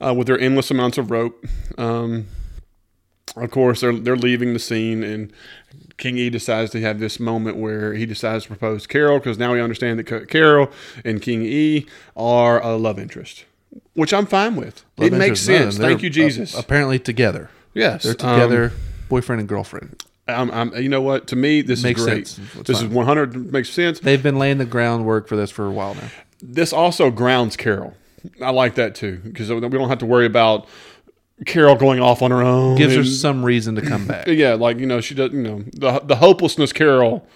[SPEAKER 1] uh, with their endless amounts of rope. Um, of course, they're they're leaving the scene, and King E decides to have this moment where he decides to propose to Carol because now we understand that Ca- Carol and King E are a love interest, which I'm fine with. it
[SPEAKER 2] Love
[SPEAKER 1] makes
[SPEAKER 2] interest, none of them.
[SPEAKER 1] sense. Thank
[SPEAKER 2] They're,
[SPEAKER 1] you, Jesus.
[SPEAKER 2] uh, apparently together.
[SPEAKER 1] yes,
[SPEAKER 2] They're
[SPEAKER 1] um,
[SPEAKER 2] together, boyfriend and girlfriend.
[SPEAKER 1] I'm, I'm, you know what? To me, this
[SPEAKER 2] Makes
[SPEAKER 1] is great.
[SPEAKER 2] sense. It's
[SPEAKER 1] This
[SPEAKER 2] fine.
[SPEAKER 1] is 100 makes sense.
[SPEAKER 2] They've been laying the groundwork for this for a while now.
[SPEAKER 1] this also grounds Carol. I like that too because we don't have to worry about Carol going off on her own.
[SPEAKER 2] Gives her
[SPEAKER 1] and-
[SPEAKER 2] some reason to come back.
[SPEAKER 1] yeah, like you know, she doesn't. You know, the the hopelessness Carol.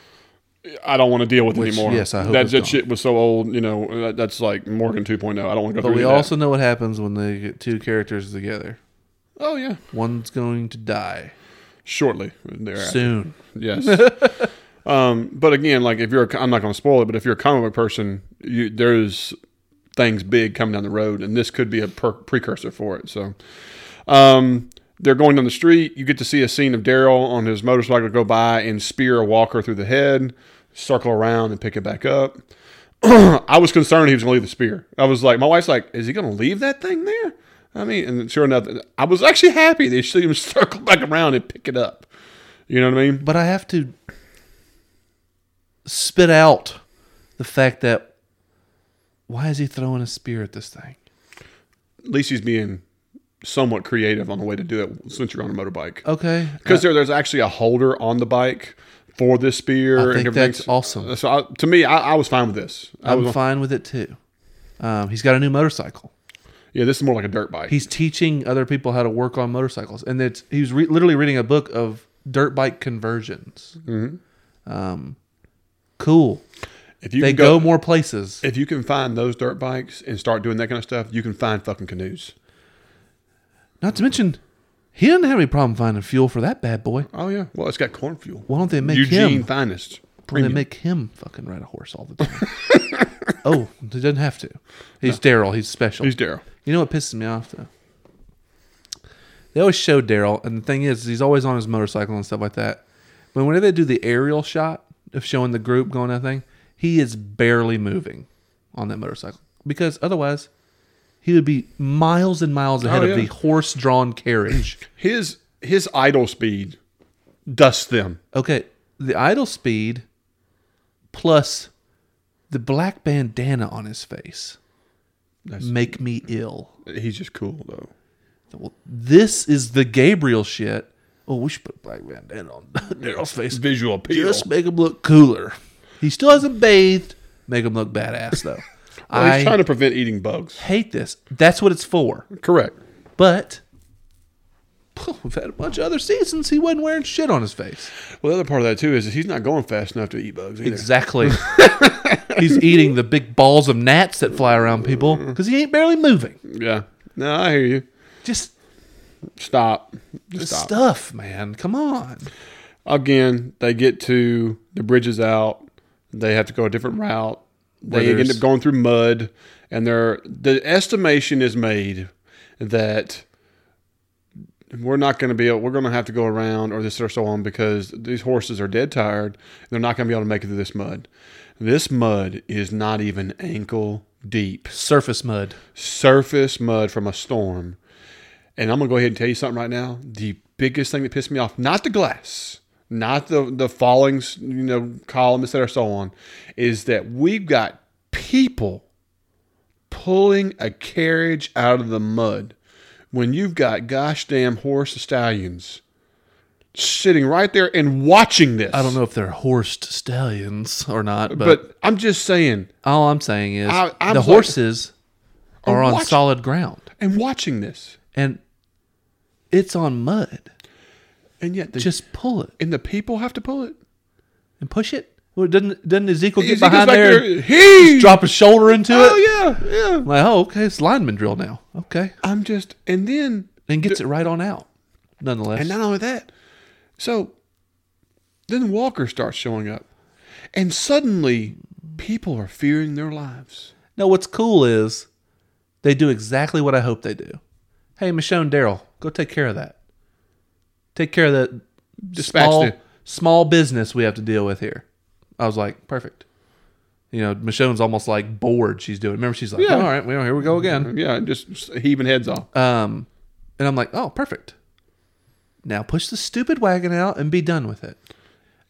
[SPEAKER 1] I don't want to deal with
[SPEAKER 2] Which,
[SPEAKER 1] anymore.
[SPEAKER 2] yes, I hope
[SPEAKER 1] that
[SPEAKER 2] it's
[SPEAKER 1] that
[SPEAKER 2] gone.
[SPEAKER 1] shit was so old. You know, that, that's like Morgan 2.0. I don't want to go through
[SPEAKER 2] But we
[SPEAKER 1] any of that.
[SPEAKER 2] also know what happens when the get two characters together.
[SPEAKER 1] Oh yeah,
[SPEAKER 2] One's going to die
[SPEAKER 1] shortly thereafter.
[SPEAKER 2] soon.
[SPEAKER 1] Yes. um, but again, like if you're, a, I'm not going to spoil it, but if you're a comic book person, you, there's things big coming down the road, and this could be a per- precursor for it. So, um, they're going down the street. You get to see a scene of Daryl on his motorcycle go by and spear a walker through the head, circle around, and pick it back up. I was concerned he was going to leave the spear. I was like, my wife's like, is he going to leave that thing there? I mean, and sure enough, I was actually happy they see him circle back around and pick it up. You know what I mean?
[SPEAKER 2] But I have to spit out the fact that why is he throwing a spear at this thing?
[SPEAKER 1] at least he's being somewhat creative on the way to do it since you're on a motorbike.
[SPEAKER 2] Okay.
[SPEAKER 1] Because there, there's actually a holder on the bike for this spear.
[SPEAKER 2] I think
[SPEAKER 1] and everything.
[SPEAKER 2] that's awesome.
[SPEAKER 1] So I, to me, I, I was fine with this. I
[SPEAKER 2] I'm
[SPEAKER 1] was,
[SPEAKER 2] fine with it too. Um, he's got a new motorcycle.
[SPEAKER 1] yeah, this is more like a dirt bike.
[SPEAKER 2] He's teaching other people how to work on motorcycles, and it's he was re- literally reading a book of dirt bike conversions. Mm-hmm. Um, cool.
[SPEAKER 1] if you
[SPEAKER 2] they
[SPEAKER 1] can
[SPEAKER 2] go more places.
[SPEAKER 1] if you can find those dirt bikes and start doing that kind of stuff, you can find fucking canoes.
[SPEAKER 2] Not to mention, he didn't have any problem finding fuel for that bad boy.
[SPEAKER 1] Oh yeah, well it's got corn fuel.
[SPEAKER 2] Why don't they make
[SPEAKER 1] Eugene
[SPEAKER 2] him?
[SPEAKER 1] finest
[SPEAKER 2] Why don't
[SPEAKER 1] premium.
[SPEAKER 2] they make him fucking ride a horse all the time? oh, they didn't have to. He's Daryl. He's special.
[SPEAKER 1] He's Daryl.
[SPEAKER 2] you know what pisses me off though? They always show Daryl, and the thing is, he's always on his motorcycle and stuff like that. But whenever they do the aerial shot of showing the group going that thing, he is barely moving on that motorcycle because otherwise, he would be miles and miles ahead
[SPEAKER 1] Oh, yeah.
[SPEAKER 2] of the horse-drawn carriage.
[SPEAKER 1] His his idle speed dusts them.
[SPEAKER 2] Okay, the idle speed plus the black bandana on his face
[SPEAKER 1] That's-
[SPEAKER 2] make me ill.
[SPEAKER 1] He's just cool though.
[SPEAKER 2] Well, this is the Gabriel shit oh, we should put Black Van Dam on Daryl's face.
[SPEAKER 1] Visual appeal.
[SPEAKER 2] Just make him look cooler. He still hasn't bathed. Make him look badass though.
[SPEAKER 1] Well, he's
[SPEAKER 2] I
[SPEAKER 1] trying to prevent eating bugs.
[SPEAKER 2] hate this. That's what it's for.
[SPEAKER 1] Correct.
[SPEAKER 2] But we've had a bunch of other seasons. He wasn't wearing shit on his face.
[SPEAKER 1] Well, the other part of that too is he's not going fast enough to eat bugs either.
[SPEAKER 2] Exactly. He's eating the big balls of gnats that fly around people because he ain't barely moving.
[SPEAKER 1] Yeah. No, I hear you.
[SPEAKER 2] Just
[SPEAKER 1] Stop. Just stop.
[SPEAKER 2] stuff, man. Come on.
[SPEAKER 1] Again, they get to the bridges out. They have to go a different route. They
[SPEAKER 2] Where
[SPEAKER 1] end
[SPEAKER 2] there's-
[SPEAKER 1] up going through mud, and their the estimation is made that we're not going to be. able- We're going to have to go around or this or so on because these horses are dead tired. And they're not going to be able to make it through this mud. This mud is not even ankle deep.
[SPEAKER 2] Surface mud.
[SPEAKER 1] surface mud from a storm. And I'm gonna go ahead and tell you something right now. The biggest thing that pissed me off, not the glass, not the the falling, you know, columns that are so on, is that we've got people pulling a carriage out of the mud when you've got gosh damn horse stallions sitting right there and watching this.
[SPEAKER 2] I don't know if they're horsed stallions or not, but,
[SPEAKER 1] but I'm just saying,
[SPEAKER 2] all I'm saying is
[SPEAKER 1] I- I'm
[SPEAKER 2] the
[SPEAKER 1] like-
[SPEAKER 2] horses are on
[SPEAKER 1] watch-
[SPEAKER 2] solid ground
[SPEAKER 1] and watching this,
[SPEAKER 2] and it's on mud.
[SPEAKER 1] and yet the, just
[SPEAKER 2] Just pull it
[SPEAKER 1] and the people have to pull it.
[SPEAKER 2] and push it. Well, doesn't doesn't Ezekiel get
[SPEAKER 1] He goes
[SPEAKER 2] behind
[SPEAKER 1] back
[SPEAKER 2] there,
[SPEAKER 1] there,
[SPEAKER 2] and
[SPEAKER 1] "He!"
[SPEAKER 2] drop his shoulder into
[SPEAKER 1] Oh
[SPEAKER 2] it?
[SPEAKER 1] yeah, yeah.
[SPEAKER 2] I'm like, oh, okay, it's lineman drill now. Okay,
[SPEAKER 1] I'm just, and then,
[SPEAKER 2] and gets it right on out. Nonetheless,
[SPEAKER 1] and not only that, so then Walker starts showing up, and suddenly people are fearing their lives.
[SPEAKER 2] No, what's cool is they do exactly what I hope they do. Hey, Michonne Daryl, go take care of that. Take care of the
[SPEAKER 1] Dispatch
[SPEAKER 2] small,
[SPEAKER 1] the-
[SPEAKER 2] small business we have to deal with here. I was like, perfect. You know, Michonne's almost like bored. She's doing. Remember, she's like,
[SPEAKER 1] Yeah.
[SPEAKER 2] all right, well, here we go again.
[SPEAKER 1] Yeah, just heaving heads off.
[SPEAKER 2] Um, and I'm like, oh, perfect. Now push the stupid wagon out and be done with it.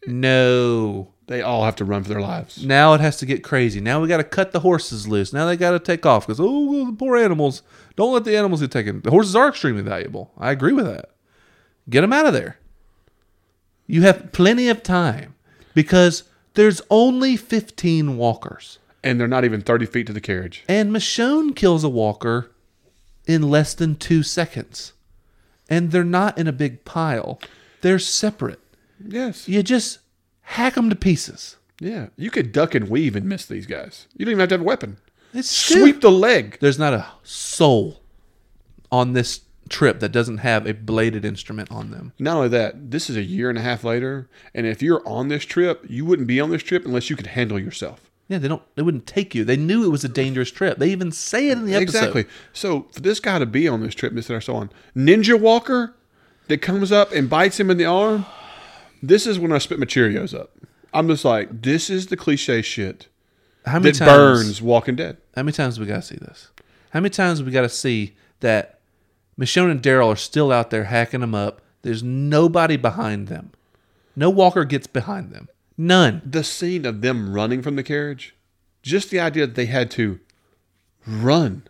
[SPEAKER 1] Eh.
[SPEAKER 2] No,
[SPEAKER 1] They all have to run for their lives.
[SPEAKER 2] now it has to get crazy. Now we got to cut the horses loose. Now they got to take off because oh, well, the poor animals. Don't let the animals get taken. The horses are extremely valuable. I agree with that. Get them out of there. You have plenty of time because there's only 15 walkers,
[SPEAKER 1] And they're not even 30 feet to the carriage.
[SPEAKER 2] and Michonne kills a walker in less than two seconds, and they're not in a big pile. They're separate.
[SPEAKER 1] Yes.
[SPEAKER 2] You just hack them to pieces.
[SPEAKER 1] Yeah. You could duck and weave and miss these guys. You don't even have to have a weapon.
[SPEAKER 2] It's
[SPEAKER 1] Sweep the leg.
[SPEAKER 2] There's not a soul on this trip that doesn't have a bladed instrument on them.
[SPEAKER 1] Not only that, this is a year and a half later. And if you're on this trip, you wouldn't be on this trip unless you could handle yourself.
[SPEAKER 2] Yeah, they don't. They wouldn't take you. They knew it was a dangerous trip. They even say it in the episode.
[SPEAKER 1] Exactly. So for this guy to be on this trip, this and so on, Ninja Walker that comes up and bites him in the arm. This is when I spit my Cheerios up. I'm just like, this is the cliche shit
[SPEAKER 2] How many
[SPEAKER 1] that
[SPEAKER 2] times?
[SPEAKER 1] burns Walking Dead.
[SPEAKER 2] How many times we gotta see this? How many times we gotta see that Michonne and Daryl are still out there hacking them up? There's nobody behind them. No walker gets behind them. None.
[SPEAKER 1] The scene of them running from the carriage, just the idea that they had to run.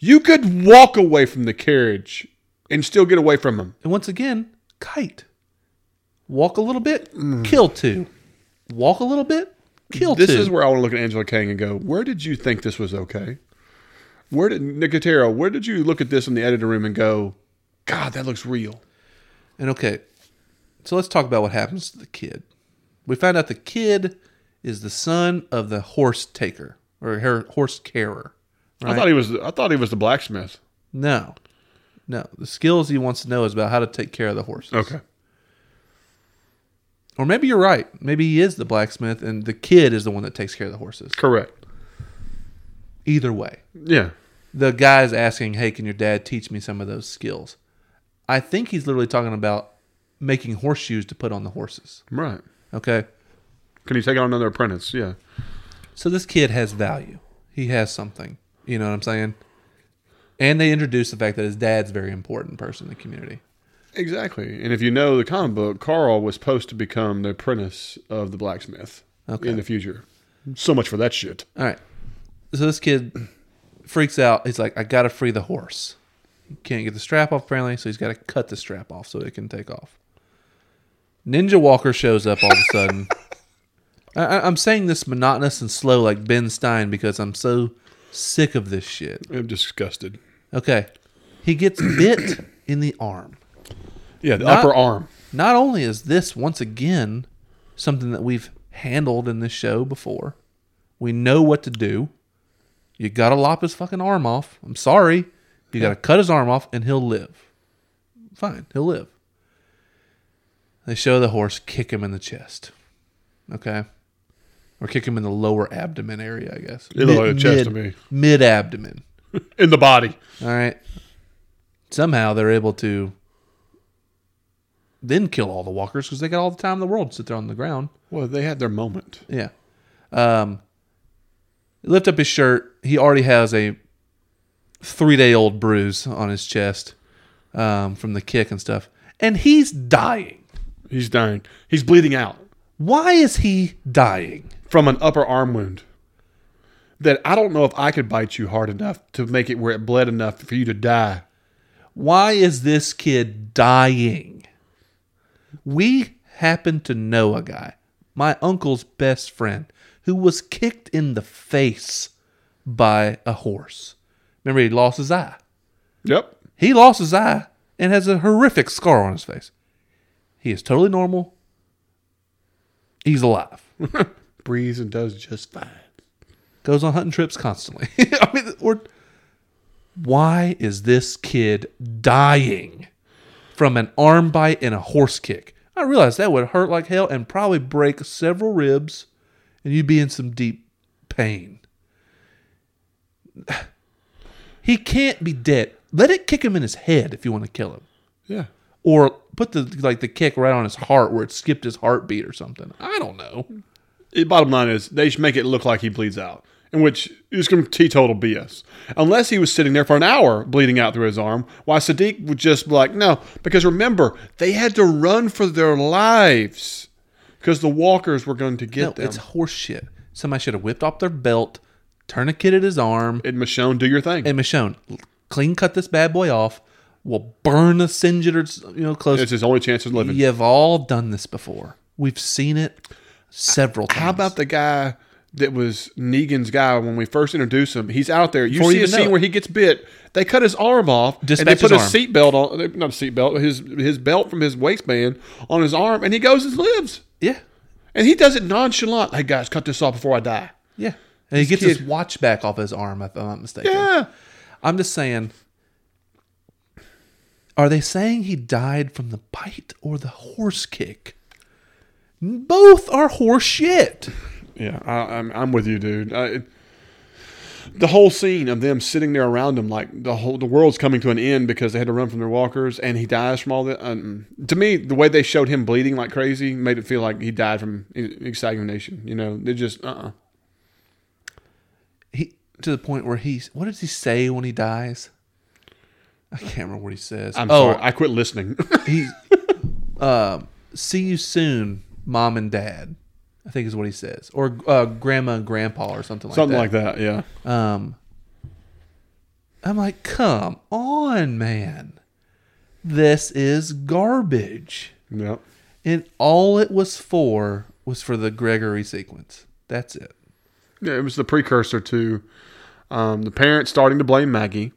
[SPEAKER 1] You could walk away from the carriage and still get away from them.
[SPEAKER 2] And once again, kite. Walk a little bit, kill two. Walk a little bit, kill
[SPEAKER 1] Mm. This
[SPEAKER 2] two.
[SPEAKER 1] is where I want to look at Angela Kang and go, where did you think this was okay? Where did Nicotero, where did you look at this in the editor room and go, God, that looks real?
[SPEAKER 2] And okay, so let's talk about what happens to the kid. We found out the kid is the son of the horse taker or her horse carer.
[SPEAKER 1] I thought he was I thought he was the blacksmith.
[SPEAKER 2] No, no. The skills he wants to know is about how to take care of the horses.
[SPEAKER 1] Okay.
[SPEAKER 2] Or maybe you're right. Maybe he is the blacksmith and the kid is the one that takes care of the horses.
[SPEAKER 1] Correct.
[SPEAKER 2] Either way,
[SPEAKER 1] Yeah.
[SPEAKER 2] the guy's asking, hey, can your dad teach me some of those skills? I think he's literally talking about making horseshoes to put on the horses.
[SPEAKER 1] Right.
[SPEAKER 2] Okay.
[SPEAKER 1] Can you take on another apprentice? Yeah.
[SPEAKER 2] So this kid has value. He has something. You know what I'm saying? And they introduce the fact that his dad's a very important person in the community.
[SPEAKER 1] Exactly. And if you know the comic book, Carl was supposed to become the apprentice of the blacksmith
[SPEAKER 2] Okay.
[SPEAKER 1] in the future. So much for that shit.
[SPEAKER 2] All right. So this kid freaks out. He's like, I got to free the horse. He can't get the strap off, apparently. So he's got to cut the strap off so it can take off. Ninja Walker shows up all of a sudden. I, I- I'm saying this monotonous and slow like Ben Stein because I'm so sick of this shit.
[SPEAKER 1] I'm disgusted.
[SPEAKER 2] Okay. He gets bit in the arm.
[SPEAKER 1] Yeah, the
[SPEAKER 2] Not-
[SPEAKER 1] upper arm.
[SPEAKER 2] Not only is this once again something that we've handled in this show before, we know what to do. You got to lop his fucking arm off. I'm sorry. You got to cut his arm off and he'll live. Fine, he'll live. They show the horse kick him in the chest. Okay. Or kick him in the lower abdomen area, I guess.
[SPEAKER 1] It looked like the chest to me.
[SPEAKER 2] Mid abdomen.
[SPEAKER 1] In the body.
[SPEAKER 2] All right. Somehow they're able to then kill all the walkers because they got all the time in the world to sit there on the ground.
[SPEAKER 1] Well, they had their moment.
[SPEAKER 2] Yeah. Um, lift up his shirt. He already has a three day old bruise on his chest um, from the kick and stuff. And he's dying.
[SPEAKER 1] He's dying. He's bleeding out
[SPEAKER 2] Why is he dying?
[SPEAKER 1] from an upper arm wound that I don't know if I could bite you hard enough to make it where it bled enough for you to die.
[SPEAKER 2] Why is this kid dying? We happen to know a guy, my uncle's best friend, who was kicked in the face by a horse. Remember, he lost his eye.
[SPEAKER 1] Yep.
[SPEAKER 2] He lost his eye and has a horrific scar on his face. He is totally normal. He's alive.
[SPEAKER 1] Breathes and does just fine.
[SPEAKER 2] Goes on hunting trips constantly. I mean, or why is this kid dying from an arm bite and a horse kick? I realize that would hurt like hell and probably break several ribs, and you'd be in some deep pain. He can't be dead. Let it kick him in his head if you want to kill him.
[SPEAKER 1] Yeah.
[SPEAKER 2] or put the like the kick right on his heart where it skipped his heartbeat or something. I don't know.
[SPEAKER 1] The bottom line is they should make it look like he bleeds out, in which is going to teetotal BS. Unless he was sitting there for an hour bleeding out through his arm, why Sadiq would just be like, no, because remember, they had to run for their lives because the walkers were going to
[SPEAKER 2] No,
[SPEAKER 1] get them.
[SPEAKER 2] it's horse shit. Somebody should have whipped off their belt, tourniqueted his arm,
[SPEAKER 1] And Michonne, do your thing.
[SPEAKER 2] and Michonne clean cut this bad boy off. We'll burn the singeed or you know close.
[SPEAKER 1] it's his only chance of living.
[SPEAKER 2] You've all done this before. We've seen it several times.
[SPEAKER 1] How about the guy that was Negan's guy when we first introduced him? He's out there. You
[SPEAKER 2] Before you
[SPEAKER 1] see a
[SPEAKER 2] even know
[SPEAKER 1] scene
[SPEAKER 2] it.
[SPEAKER 1] where he gets bit. They cut his arm off and they
[SPEAKER 2] Dispatch
[SPEAKER 1] put
[SPEAKER 2] his
[SPEAKER 1] his seatbelt on. uh, Not a seatbelt. His his belt from his waistband on his arm, and he goes and lives.
[SPEAKER 2] yeah,
[SPEAKER 1] And he does it nonchalant. Hey guys, cut this off before I die.
[SPEAKER 2] yeah? And he gets his
[SPEAKER 1] kid-
[SPEAKER 2] watch back off his arm, if I'm not mistaken.
[SPEAKER 1] Yeah.
[SPEAKER 2] I'm just saying. Are they saying he died from the bite or the horse kick? Both are horse shit.
[SPEAKER 1] Yeah, I, I'm I'm with you, dude. I, it- the whole scene of them sitting there around him, like the whole the world's coming to an end because they had to run from their walkers, and he dies from all that. Um, to me, the way they showed him bleeding like crazy made it feel like he died from e- exsanguination. You know, they just uh uh
[SPEAKER 2] He to the point where he's what does he say when he dies? I can't remember what he says.
[SPEAKER 1] I'm
[SPEAKER 2] oh,
[SPEAKER 1] sorry, I quit listening.
[SPEAKER 2] he um, see you soon, mom and dad. I think is what he says, or uh, grandma and grandpa, or something like
[SPEAKER 1] Something
[SPEAKER 2] that.
[SPEAKER 1] like that, yeah.
[SPEAKER 2] Um, I'm like, come on, man. This is garbage.
[SPEAKER 1] Yeah.
[SPEAKER 2] And all it was for was for the Gregory sequence. That's it.
[SPEAKER 1] Yeah, it was the precursor to um, the parents starting to blame Maggie.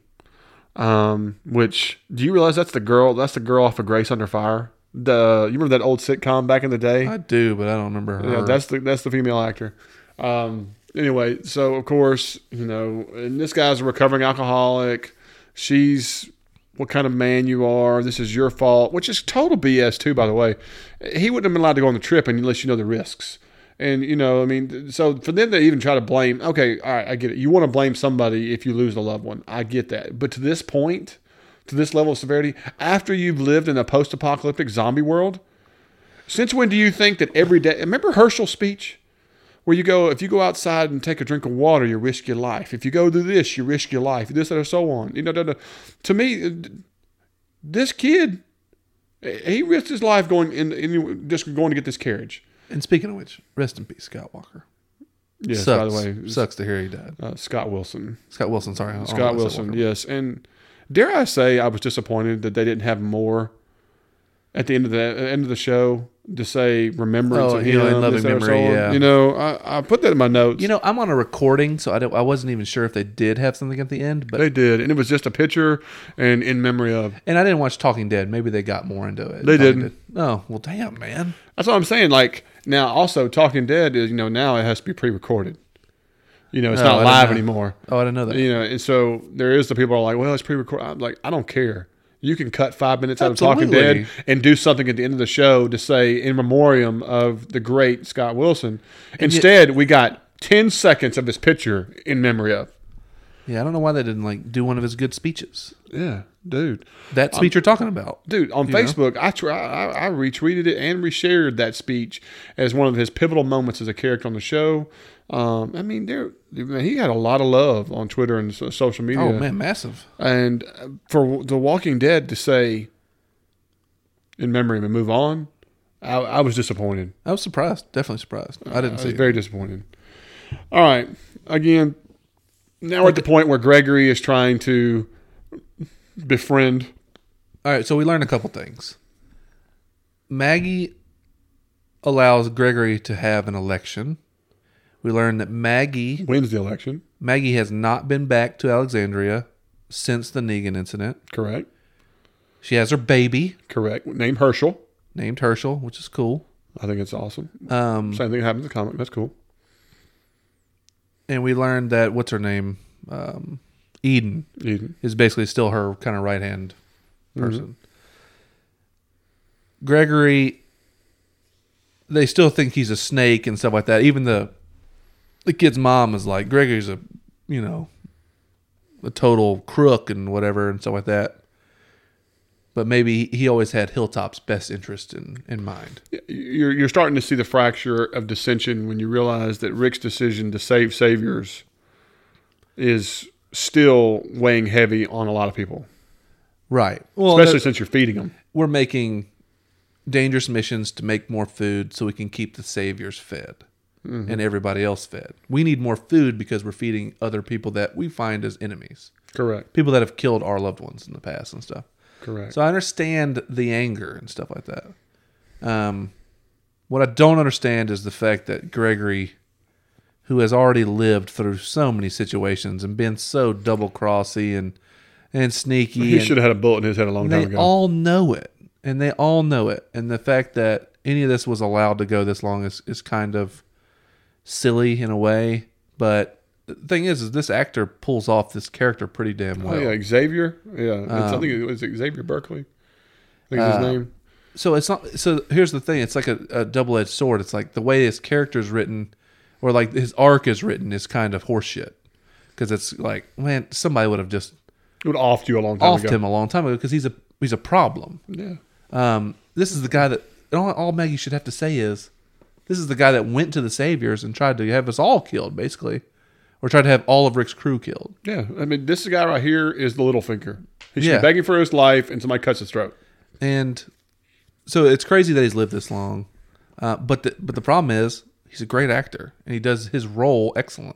[SPEAKER 1] Um, which do you realize that's the girl? That's the girl off of Grace Under Fire. The you remember that old sitcom back in the day?
[SPEAKER 2] I do, but I don't remember her.
[SPEAKER 1] Yeah, that's the that's the female actor. Um, anyway, so of course you know, and this guy's a recovering alcoholic. She's what kind of man you are. This is your fault, which is total BS too. By the way, he wouldn't have been allowed to go on the trip unless you know the risks. And you know, I mean, so for them to even try to blame, okay, all right, I get it. You want to blame somebody if you lose a loved one. I get that. But to this point, to this level of severity, after you've lived in a post-apocalyptic zombie world, since when do you think that every day? Remember Herschel's speech, where you go, if you go outside and take a drink of water, you risk your life. If you go do this, you risk your life. This and so on. You know, da, da. to me, uh, d- this kid, he risked his life going in, in just going to get this carriage.
[SPEAKER 2] and speaking of which, rest in peace, Scott Walker.
[SPEAKER 1] Yes,
[SPEAKER 2] sucks.
[SPEAKER 1] by the way,
[SPEAKER 2] sucks to hear he died.
[SPEAKER 1] uh, Scott Wilson.
[SPEAKER 2] Scott Wilson, sorry. I don't know
[SPEAKER 1] Scott
[SPEAKER 2] why I said
[SPEAKER 1] Wilson,
[SPEAKER 2] Walker.
[SPEAKER 1] yes. And dare I say, I was disappointed that they didn't have more at the end of the end of the show to say remembrance
[SPEAKER 2] Oh,
[SPEAKER 1] of
[SPEAKER 2] healing,
[SPEAKER 1] him,
[SPEAKER 2] loving
[SPEAKER 1] this, that, or so
[SPEAKER 2] memory,
[SPEAKER 1] on.
[SPEAKER 2] yeah.
[SPEAKER 1] You know, I, I put that in my notes.
[SPEAKER 2] You know, I'm on a recording, so I, don't, I wasn't even sure if they did have something at the end, but
[SPEAKER 1] they did, and it was just a picture and in memory of.
[SPEAKER 2] and I didn't watch Talking Dead. Maybe they got more into it.
[SPEAKER 1] They didn't.
[SPEAKER 2] Talking Dead- Oh well, damn man.
[SPEAKER 1] That's what I'm saying. Like now, also Talking Dead is you know now it has to be pre-recorded. You know, it's
[SPEAKER 2] Oh, I
[SPEAKER 1] not
[SPEAKER 2] don't
[SPEAKER 1] live
[SPEAKER 2] know.
[SPEAKER 1] anymore.
[SPEAKER 2] Oh, I didn't know that.
[SPEAKER 1] You know, and so there is the people are like, well, it's pre-recorded. I'm like, I don't care. You can cut five minutes out of Talking
[SPEAKER 2] Absolutely.
[SPEAKER 1] Dead and do something at the end of the show to say in memoriam of the great Scott Wilson.
[SPEAKER 2] yet-
[SPEAKER 1] Instead, we got ten seconds of his picture in memory of.
[SPEAKER 2] Yeah, I don't know why they didn't like do one of his good speeches.
[SPEAKER 1] Yeah, dude.
[SPEAKER 2] That speech you're talking about.
[SPEAKER 1] Dude, on
[SPEAKER 2] know?
[SPEAKER 1] Facebook, I, try, I I retweeted it and reshared that speech as one of his pivotal moments as a character on the show. Um, I mean, there, man, he had a lot of love on Twitter and so, social media.
[SPEAKER 2] Oh man, massive.
[SPEAKER 1] And uh, for The Walking Dead to say in memory and move on, I, I was disappointed.
[SPEAKER 2] I was surprised. Definitely surprised. I
[SPEAKER 1] I
[SPEAKER 2] didn't
[SPEAKER 1] was
[SPEAKER 2] see. it.
[SPEAKER 1] very disappointed. All right, again, now we're at the point where Gregory is trying to befriend.
[SPEAKER 2] All right, so we learned a couple things. Maggie allows Gregory to have an election. We learned that Maggie
[SPEAKER 1] Wins the election,
[SPEAKER 2] Maggie has not been back to Alexandria since the Negan incident.
[SPEAKER 1] correct?
[SPEAKER 2] She has her baby
[SPEAKER 1] Correct. Name Herschel.
[SPEAKER 2] named Herschel, which is cool.
[SPEAKER 1] I think it's awesome.
[SPEAKER 2] Um,
[SPEAKER 1] Same thing happened in the comic. That's cool.
[SPEAKER 2] and we learned that what's her name, um, Eden,
[SPEAKER 1] Eden.
[SPEAKER 2] is basically still her kind of right hand person. Gregory, they still think he's a snake and stuff like that. Even the the kid's mom is like, Gregory's a you know a total crook and whatever and stuff like that. But maybe he always had Hilltop's best interest in, in mind.
[SPEAKER 1] You're you're starting to see the fracture of dissension when you realize that Rick's decision to save saviors is still weighing heavy on a lot of people,
[SPEAKER 2] Right. Well,
[SPEAKER 1] especially since you're feeding them.
[SPEAKER 2] we're making dangerous missions to make more food so we can keep the saviors fed and everybody else fed. We need more food because we're feeding other people that we find as enemies,
[SPEAKER 1] Correct.
[SPEAKER 2] people that have killed our loved ones in the past and stuff.
[SPEAKER 1] Correct.
[SPEAKER 2] So I understand the anger and stuff like that. Um, what I don't understand is the fact that Gregory, who has already lived through so many situations and been so double crossy and and sneaky,
[SPEAKER 1] he
[SPEAKER 2] and,
[SPEAKER 1] should have had a bullet in his head a long time
[SPEAKER 2] they
[SPEAKER 1] ago.
[SPEAKER 2] all know it, and they all know it. And the fact that any of this was allowed to go this long is, is kind of silly in a way. But the thing is, is this actor pulls off this character pretty damn well.
[SPEAKER 1] oh yeah, Xavier. Yeah, it's, I think it was Xavier Berkeley. I think
[SPEAKER 2] Uh,
[SPEAKER 1] is his name.
[SPEAKER 2] So it's not. So here's the thing: it's like a, a double edged sword. It's like the way his character's written, or like his arc is written, is kind of horseshit. Because it's like, man, somebody would have just
[SPEAKER 1] It would offed you a long time
[SPEAKER 2] offed
[SPEAKER 1] ago.
[SPEAKER 2] him a long time ago because he's a he's a problem.
[SPEAKER 1] Yeah.
[SPEAKER 2] Um, this is the guy that and all, all Maggie should have to say is, this is the guy that went to the Saviors and tried to have us all killed, basically, or tried to have all of Rick's crew killed.
[SPEAKER 1] Yeah. I mean, this guy right here is the little finger. He's
[SPEAKER 2] Yeah.
[SPEAKER 1] begging for his life, and somebody cuts his throat.
[SPEAKER 2] And so it's crazy that he's lived this long, uh, but the, but the problem is he's a great actor and he does his role excellent.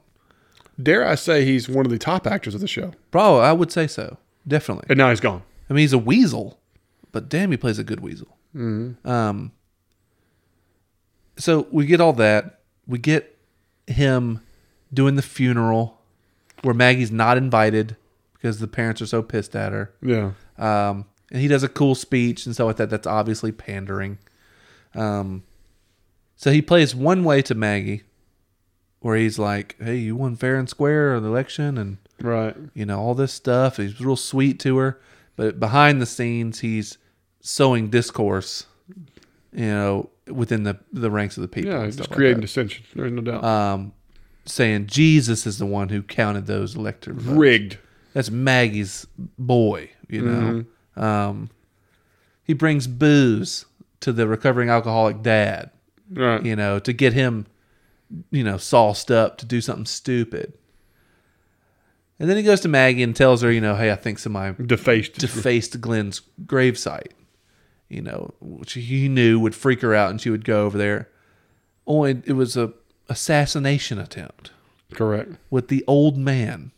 [SPEAKER 1] Dare I say he's one of the top actors of the show.
[SPEAKER 2] Bro, I would say so, definitely.
[SPEAKER 1] And now he's gone.
[SPEAKER 2] I mean, he's a weasel, but damn, he plays a good weasel. Um, so we get all that. We get him doing the funeral where Maggie's not invited because the parents are so pissed at her.
[SPEAKER 1] Yeah.
[SPEAKER 2] Um, and he does a cool speech and stuff like that. That's obviously pandering. Um, so he plays one way to Maggie where he's like, hey, you won fair and square in the election and
[SPEAKER 1] Right.
[SPEAKER 2] you know, all this stuff. He's real sweet to her, but behind the scenes, he's sowing discourse, you know, within the the ranks of the people.
[SPEAKER 1] Yeah.
[SPEAKER 2] and
[SPEAKER 1] He's
[SPEAKER 2] stuff
[SPEAKER 1] just
[SPEAKER 2] like
[SPEAKER 1] creating dissension. There's no doubt.
[SPEAKER 2] that. um, saying Jesus is the one who counted those elector votes.
[SPEAKER 1] Rigged.
[SPEAKER 2] That's Maggie's boy, you know.
[SPEAKER 1] Mm-hmm.
[SPEAKER 2] Um, he brings booze to the recovering alcoholic dad,
[SPEAKER 1] Right.
[SPEAKER 2] you know, to get him, you know, sauced up to do something stupid. And then he goes to Maggie and tells her, you know, hey, I think somebody
[SPEAKER 1] Defaced.
[SPEAKER 2] defaced Glenn's gravesite, you know, which he knew would freak her out and she would go over there. Oh, it, it was a assassination attempt
[SPEAKER 1] Correct.
[SPEAKER 2] with the old man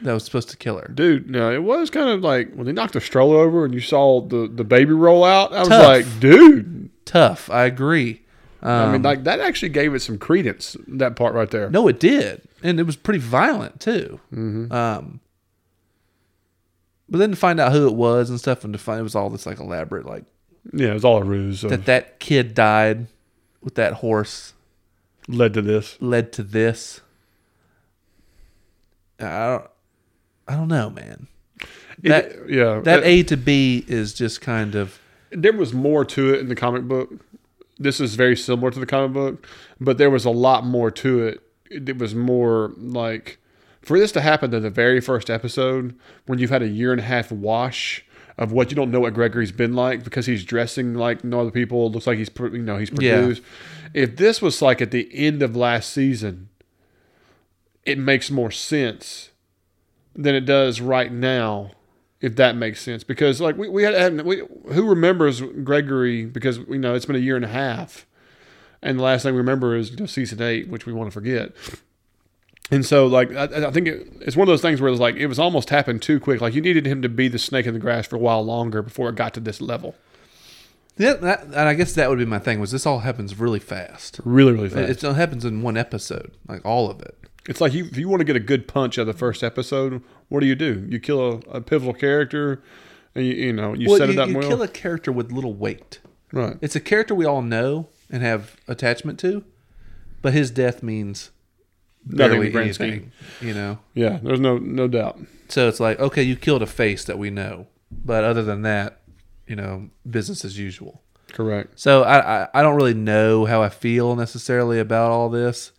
[SPEAKER 2] that was supposed to kill her.
[SPEAKER 1] Dude, no, it was kind of like when they knocked the stroller over and you saw the, the baby roll out. I was
[SPEAKER 2] Tough.
[SPEAKER 1] like, dude,
[SPEAKER 2] tough. I agree. Um,
[SPEAKER 1] I mean, like that actually gave it some credence. That part right there.
[SPEAKER 2] no, it did, and it was pretty violent too. Mm-hmm. Um, but then to find out who it was and stuff, and to find it was all this like elaborate, like
[SPEAKER 1] Yeah, it was all a ruse. Of,
[SPEAKER 2] that that kid died with that horse
[SPEAKER 1] led to this.
[SPEAKER 2] led to this. I don't, I don't know, man. That-
[SPEAKER 1] It- yeah,
[SPEAKER 2] That
[SPEAKER 1] it-
[SPEAKER 2] A to B is just kind of
[SPEAKER 1] there was more to it in the comic book. This is very similar to the comic book, but there was a lot more to it. It it was more like for this to happen to the very first episode when you've had a year and a half wash of what you don't know what Gregory's been like because he's dressing like no other people. Looks like he's pr- you know he's
[SPEAKER 2] Yeah.
[SPEAKER 1] produced. If this was like at the end of last season, it makes more sense than it does right now, if that makes sense. Because like we we had, had we, who remembers Gregory? Because you know it's been a year and a half, and the last thing we remember is you know, season eight, which we want to forget. And so like I, I think it, it's one of those things where it's like it was almost happened too quick. Like you needed him to be the snake in the grass for a while longer before it got to this level.
[SPEAKER 2] yeah. That, and I guess that would be my thing was this all happens really fast.
[SPEAKER 1] Really, really fast.
[SPEAKER 2] It, it happens in one episode, like all of it.
[SPEAKER 1] It's like you, if you want to get a good punch out of the first episode, what do you do? You kill a, a pivotal character, and you, you know you
[SPEAKER 2] well,
[SPEAKER 1] set
[SPEAKER 2] you,
[SPEAKER 1] it up
[SPEAKER 2] you
[SPEAKER 1] well.
[SPEAKER 2] kill a character with little weight.
[SPEAKER 1] right.
[SPEAKER 2] It's a character we all know and have attachment to, but his death means
[SPEAKER 1] Nothing in
[SPEAKER 2] barely
[SPEAKER 1] the grand
[SPEAKER 2] anything. You know,
[SPEAKER 1] Yeah, there's no no doubt.
[SPEAKER 2] so it's like okay, you killed a face that we know, but other than that, you know, business as usual.
[SPEAKER 1] Correct.
[SPEAKER 2] So I, I I don't really know how I feel necessarily about all this.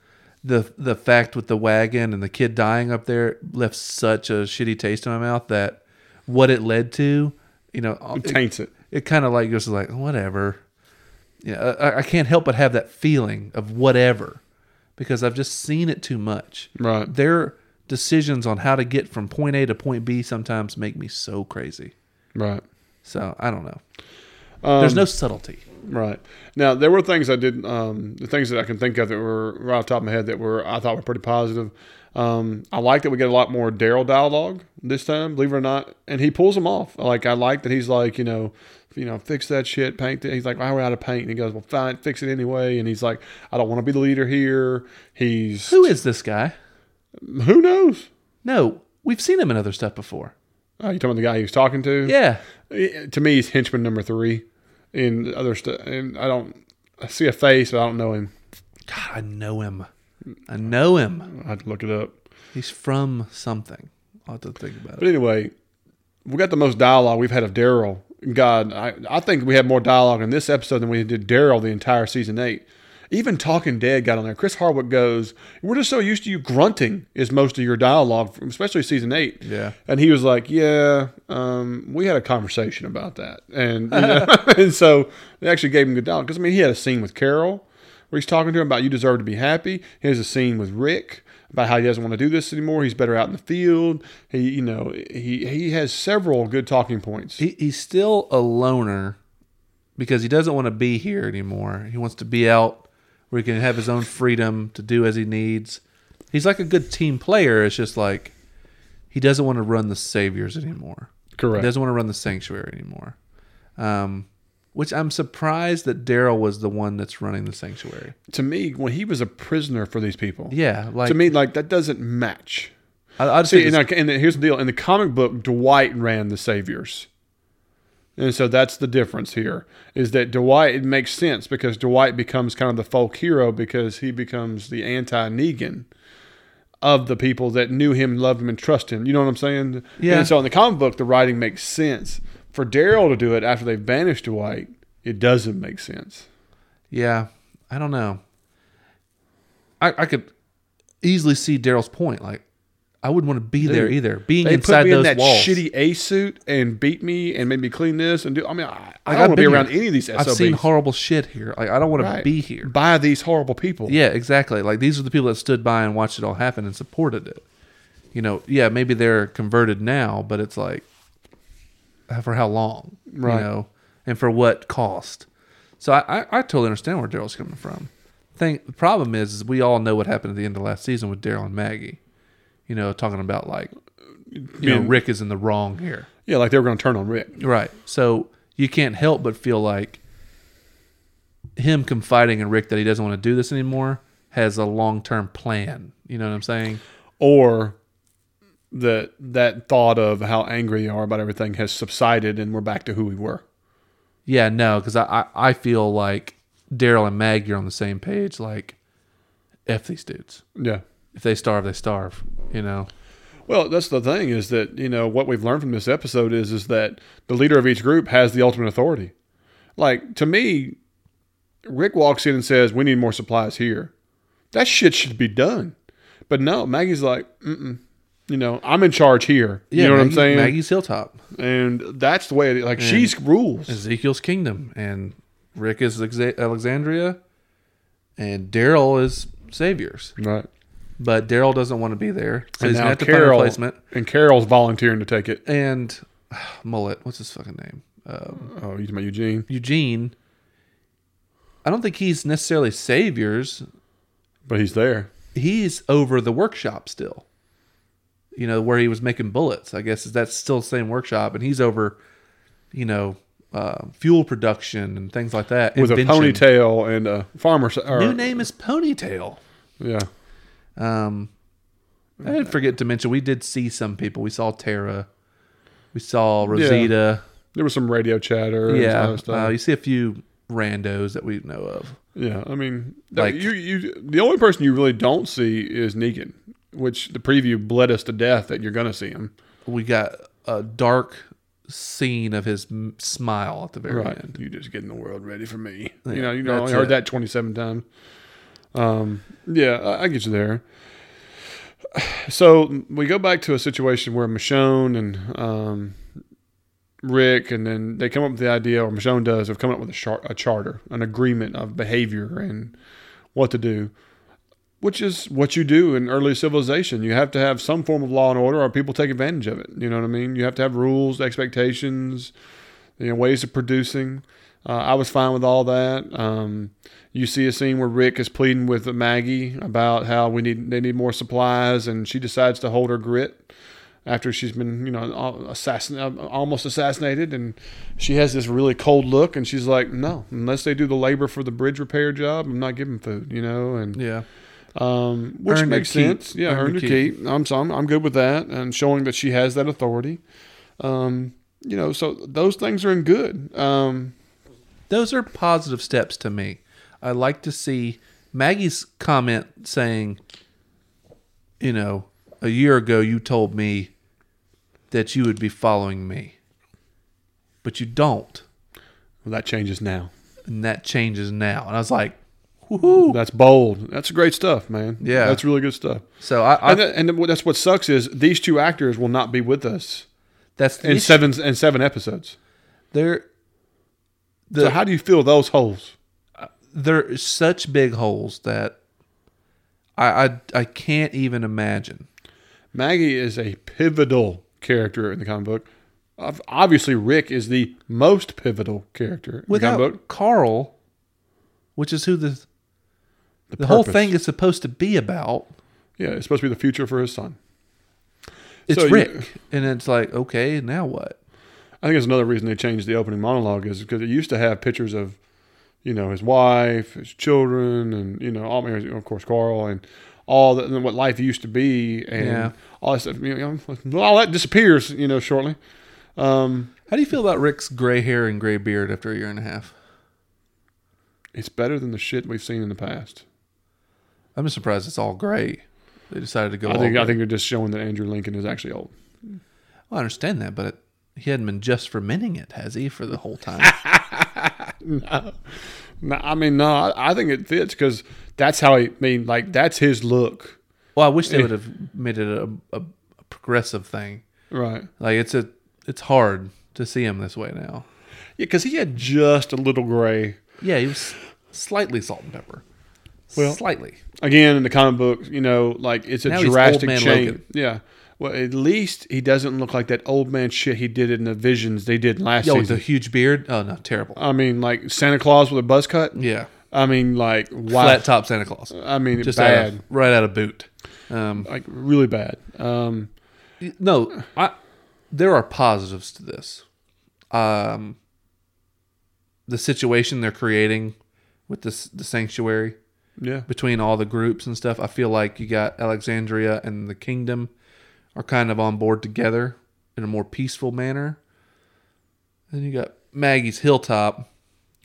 [SPEAKER 2] The the fact with the wagon and the kid dying up there left such a shitty taste in my mouth that what it led to, you know,
[SPEAKER 1] It
[SPEAKER 2] it,
[SPEAKER 1] taints it.
[SPEAKER 2] it kind of like goes like whatever. Yeah, I, I can't help but have that feeling of whatever because I've just seen it too much.
[SPEAKER 1] Right.
[SPEAKER 2] Their decisions on how to get from point A to point B sometimes make me so crazy.
[SPEAKER 1] Right.
[SPEAKER 2] So I don't know.
[SPEAKER 1] Um,
[SPEAKER 2] There's no subtlety.
[SPEAKER 1] right. Now there were things I did, um, the things that I can think of that were right off the top of my head that were I thought were pretty positive. Um, I like that we get a lot more Daryl dialogue this time, believe it or not, and he pulls them off. Like I like that he's like, you know, you know, fix that shit, paint it. He's like, I we're out of paint, and he goes, well, fine, fix it anyway. And he's like, I don't want to be the leader here. He's
[SPEAKER 2] Who is this guy?
[SPEAKER 1] who knows?
[SPEAKER 2] No, we've seen him in other stuff before.
[SPEAKER 1] Uh, you talking about the guy he was talking to?
[SPEAKER 2] Yeah,
[SPEAKER 1] Eh, to me, he's henchman number three in other stuff. And I don't I see a face, but I don't know him.
[SPEAKER 2] God, I know him. I know him.
[SPEAKER 1] I had to look it up.
[SPEAKER 2] He's from something. I'll have to think about it.
[SPEAKER 1] But anyway, we got the most dialogue we've had of Daryl. God, I, I think we had more dialogue in this episode than we did Daryl the entire season eight. Even Talking Dead got on there. Chris Hardwick goes, We're just so used to you grunting, is most of your dialogue, especially season eight.
[SPEAKER 2] Yeah.
[SPEAKER 1] And he was like, Yeah, um, we had a conversation about that. And, you know, and so they actually gave him good dialogue. Because, I mean, he had a scene with Carol where he's talking to him about you deserve to be happy. Here's a scene with Rick about how he doesn't want to do this anymore. He's better out in the field. He, you know, he he has several good talking points.
[SPEAKER 2] He, he's still a loner because he doesn't want to be here anymore. He wants to be out where he can have his own freedom to do as he needs. He's like a good team player. It's just like he doesn't want to run the Saviors anymore. He
[SPEAKER 1] Correct.
[SPEAKER 2] doesn't want to run the sanctuary anymore. Um, which I'm surprised that Daryl was the one that's running the sanctuary.
[SPEAKER 1] To me, when he was a prisoner for these people,
[SPEAKER 2] Yeah, like
[SPEAKER 1] to me, like that doesn't match.
[SPEAKER 2] I, I just
[SPEAKER 1] See,
[SPEAKER 2] think
[SPEAKER 1] and,
[SPEAKER 2] it's-
[SPEAKER 1] I, and here's the deal: in the comic book, Dwight ran the Saviors, and so that's the difference here. Is that Dwight? It makes sense because Dwight becomes kind of the folk hero because he becomes the anti-Negan of the people that knew him, loved him, and trust him. You know what I'm saying?
[SPEAKER 2] Yeah.
[SPEAKER 1] And so in the comic book, the writing makes sense. For Daryl to do it after they've banished Dwight, it doesn't make sense.
[SPEAKER 2] yeah, I don't know. I, I could easily see Daryl's point. Like, I wouldn't want to be there either. Being
[SPEAKER 1] They
[SPEAKER 2] inside
[SPEAKER 1] put me
[SPEAKER 2] those
[SPEAKER 1] in that
[SPEAKER 2] walls,
[SPEAKER 1] shitty A suit and beat me and made me clean this and do. I mean, I, I
[SPEAKER 2] Like,
[SPEAKER 1] don't
[SPEAKER 2] I've
[SPEAKER 1] want to be
[SPEAKER 2] been
[SPEAKER 1] around
[SPEAKER 2] here.
[SPEAKER 1] any of these SOBs.
[SPEAKER 2] I've seen horrible shit here. Like, I don't want to
[SPEAKER 1] Right.
[SPEAKER 2] be here.
[SPEAKER 1] by these horrible people.
[SPEAKER 2] Yeah, exactly. Like these are the people that stood by and watched it all happen and supported it. You know, yeah, maybe they're converted now, but it's like uh, for how long,
[SPEAKER 1] Right.
[SPEAKER 2] you know, and for what cost. So I, I, I totally understand where Daryl's coming from. Thing the problem is, is we all know what happened at the end of last season with Daryl and Maggie. You know, talking about like you know,
[SPEAKER 1] Being-
[SPEAKER 2] Rick is in the wrong here.
[SPEAKER 1] yeah, like they were going to turn on Rick.
[SPEAKER 2] Right. So you can't help but feel like him confiding in Rick that he doesn't want to do this anymore has a long term plan. You know what I'm saying?
[SPEAKER 1] or that that thought of how angry you are about everything has subsided and we're back to who we were.
[SPEAKER 2] Yeah, no, because I, I, I feel like Daryl and Maggie are on the same page. Like, F these dudes.
[SPEAKER 1] Yeah.
[SPEAKER 2] If they starve, they starve, you know?
[SPEAKER 1] Well, that's the thing is that you know what we've learned from this episode is is that the leader of each group has the ultimate authority. Like to me, Rick walks in and says, "We need more supplies here." That shit should be done, but no, Maggie's like, Mm-mm. you know, I'm in charge here. you know what I'm
[SPEAKER 2] Maggie-
[SPEAKER 1] saying?
[SPEAKER 2] Maggie's Hilltop,
[SPEAKER 1] And that's the way. It, like she's rules.
[SPEAKER 2] Ezekiel's Kingdom, and Rick is Exa- Alexandria, and Daryl is Saviors.
[SPEAKER 1] Right. But
[SPEAKER 2] But Daryl doesn't want to be there, so
[SPEAKER 1] and
[SPEAKER 2] he's going to
[SPEAKER 1] now
[SPEAKER 2] have to find a
[SPEAKER 1] Carol
[SPEAKER 2] replacement.
[SPEAKER 1] and Carol's volunteering to take it.
[SPEAKER 2] And Mullet, what's his fucking name? Um,
[SPEAKER 1] Oh, you talking about Eugene?
[SPEAKER 2] Eugene. I don't think he's necessarily Saviors.
[SPEAKER 1] But he's there.
[SPEAKER 2] He's over the workshop still. You know where he was making bullets. I guess is that's still the same workshop, and he's over, you know, uh, fuel production and things like that.
[SPEAKER 1] with
[SPEAKER 2] invention.
[SPEAKER 1] a ponytail and a farmer's or,
[SPEAKER 2] New name is Ponytail.
[SPEAKER 1] Yeah,
[SPEAKER 2] Um, I did forget to mention we did see some people. We saw Tara. We saw Rosita.
[SPEAKER 1] there was some radio chatter. And some
[SPEAKER 2] Yeah,
[SPEAKER 1] other stuff.
[SPEAKER 2] Uh, you see a few randos that we know of.
[SPEAKER 1] yeah. I mean,
[SPEAKER 2] Like-
[SPEAKER 1] you, you, the only person you really don't see is Negan, which the preview bled us to death that you're gonna see him.
[SPEAKER 2] We got a dark scene of his m- smile at the very end.
[SPEAKER 1] you just getting the world ready for me.
[SPEAKER 2] Yeah,
[SPEAKER 1] you know, you
[SPEAKER 2] that's
[SPEAKER 1] only heard
[SPEAKER 2] it.
[SPEAKER 1] that 27 times. Um, yeah, I, I get you there. So we go back to a situation where Michonne and um, Rick, and then they come up with the idea, or Michonne does, of coming up with a, char- a charter, an agreement of behavior and what to do, which is what you do in early civilization. You have to have some form of law and order, or people take advantage of it. You know what I mean? You have to have rules, expectations, you know, ways of producing. Uh, I was fine with all that. Um, you see a scene where Rick is pleading with Maggie about how we need they need more supplies, and she decides to hold her grit after she's been you know assassin uh, almost assassinated, and she has this really cold look, and she's like, no, unless they do the labor for the bridge repair job, I'm not giving food, you know, and
[SPEAKER 2] Yeah,
[SPEAKER 1] um, which
[SPEAKER 2] Earn your
[SPEAKER 1] makes
[SPEAKER 2] keep.
[SPEAKER 1] sense. Yeah,
[SPEAKER 2] Earn
[SPEAKER 1] earn,
[SPEAKER 2] your
[SPEAKER 1] your keep. I'm, so I'm I'm good with that, and showing that she has that authority. Um, you know, so those things are in good. Um,
[SPEAKER 2] those are positive steps to me. I like to see Maggie's comment saying, you know, a year ago you told me that you would be following me, but you don't,
[SPEAKER 1] well, that changes now.
[SPEAKER 2] and that changes now. And I was like, woohoo!
[SPEAKER 1] That's bold. That's great stuff, man.
[SPEAKER 2] Yeah.
[SPEAKER 1] that's really good stuff.
[SPEAKER 2] So I, I
[SPEAKER 1] And, that, and what- that's what sucks is these two actors will not be with us
[SPEAKER 2] that's the
[SPEAKER 1] in
[SPEAKER 2] issue.
[SPEAKER 1] seven in seven episodes.
[SPEAKER 2] There,
[SPEAKER 1] so
[SPEAKER 2] The-
[SPEAKER 1] how do you fill those holes?
[SPEAKER 2] there are such big holes that I, I I can't even imagine.
[SPEAKER 1] Maggie is a pivotal character in the comic book. Ob- Obviously, Rick is the most pivotal character in the comic book.
[SPEAKER 2] Without Carl, which is who the the whole
[SPEAKER 1] purpose.
[SPEAKER 2] thing is supposed to be about,
[SPEAKER 1] Yeah, it's supposed to be the future for his son.
[SPEAKER 2] it's
[SPEAKER 1] So you-
[SPEAKER 2] Rick, and it's like okay, now what?
[SPEAKER 1] I think that's another reason they changed the opening monologue is because it used to have pictures of, you know, his wife, his children, and you know, all of course Carl and all that, and what life used to be, and
[SPEAKER 2] Yeah.
[SPEAKER 1] all that stuff. You know, all that disappears, you know, shortly. Um,
[SPEAKER 2] How do you feel about Rick's gray hair and gray beard after a year and a half?
[SPEAKER 1] it's better than the shit we've seen in the past.
[SPEAKER 2] I'm just surprised it's all gray. They decided to go.
[SPEAKER 1] I
[SPEAKER 2] all
[SPEAKER 1] think
[SPEAKER 2] gray.
[SPEAKER 1] I think they're just showing that Andrew Lincoln is actually old.
[SPEAKER 2] Well, I understand that, but it, he hadn't been just fermenting it, has he, for the whole time?
[SPEAKER 1] No, I mean, no, I, I think it fits because that's how he. I mean, like that's his look,
[SPEAKER 2] well, I wish they would have made it a, a, a progressive thing.
[SPEAKER 1] right?
[SPEAKER 2] Like it's a it's hard to see him this way now.
[SPEAKER 1] Yeah, because he had just a little gray.
[SPEAKER 2] Yeah, he was slightly salt and pepper.
[SPEAKER 1] Well-
[SPEAKER 2] slightly.
[SPEAKER 1] Again, in the comic book, you know, like it's a
[SPEAKER 2] Now he's old
[SPEAKER 1] drastic
[SPEAKER 2] man
[SPEAKER 1] change.
[SPEAKER 2] Logan.
[SPEAKER 1] Yeah. Well, at least he doesn't look like that old man shit he did in the visions they did last
[SPEAKER 2] Yo, with the
[SPEAKER 1] season.
[SPEAKER 2] huge beard. Oh no, terrible.
[SPEAKER 1] I mean, like Santa Claus with a buzz cut.
[SPEAKER 2] yeah,
[SPEAKER 1] I mean, like wow.
[SPEAKER 2] flat top Santa Claus.
[SPEAKER 1] I mean,
[SPEAKER 2] Just
[SPEAKER 1] bad.
[SPEAKER 2] Out of, right out of boot. Um,
[SPEAKER 1] like really bad. Um,
[SPEAKER 2] no, I. There are positives to this. Um, the situation they're creating with this the sanctuary
[SPEAKER 1] Yeah.
[SPEAKER 2] between all the groups and stuff. I feel like you got Alexandria and the kingdom are kind of on board together in a more peaceful manner. And you got Maggie's hilltop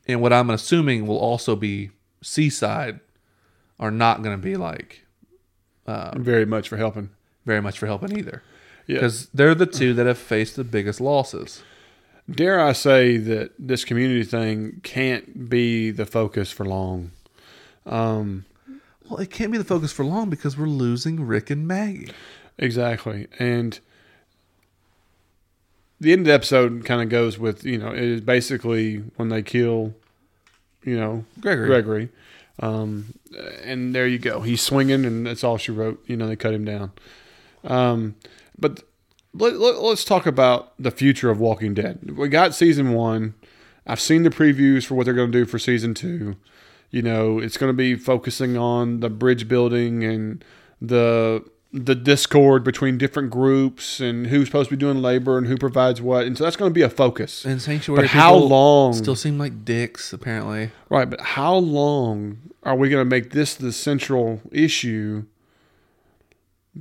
[SPEAKER 2] and what I'm assuming will also be seaside are not going to be like Uh,
[SPEAKER 1] Very much for helping.
[SPEAKER 2] very much for helping either.
[SPEAKER 1] Yeah.
[SPEAKER 2] Because they're the two that have faced the biggest losses.
[SPEAKER 1] Dare I say that this community thing can't be the focus for long. Um,
[SPEAKER 2] Well, it can't be the focus for long because we're losing Rick and Maggie.
[SPEAKER 1] exactly. And the end of the episode kind of goes with, you know, it is basically when they kill, you know,
[SPEAKER 2] Gregory.
[SPEAKER 1] Gregory. Um, and there you go. He's swinging, and that's all she wrote. You know, they cut him down. Um, but let, let, let's talk about the future of Walking Dead. We got season one. I've seen the previews for what they're going to do for season two. You know, it's going to be focusing on the bridge building and the the discord between different groups and who's supposed to be doing labor and who provides what. And so that's going to be a focus.
[SPEAKER 2] And Sanctuary
[SPEAKER 1] But how
[SPEAKER 2] people
[SPEAKER 1] long?
[SPEAKER 2] still seem like dicks, apparently.
[SPEAKER 1] Right, but how long are we going to make this the central issue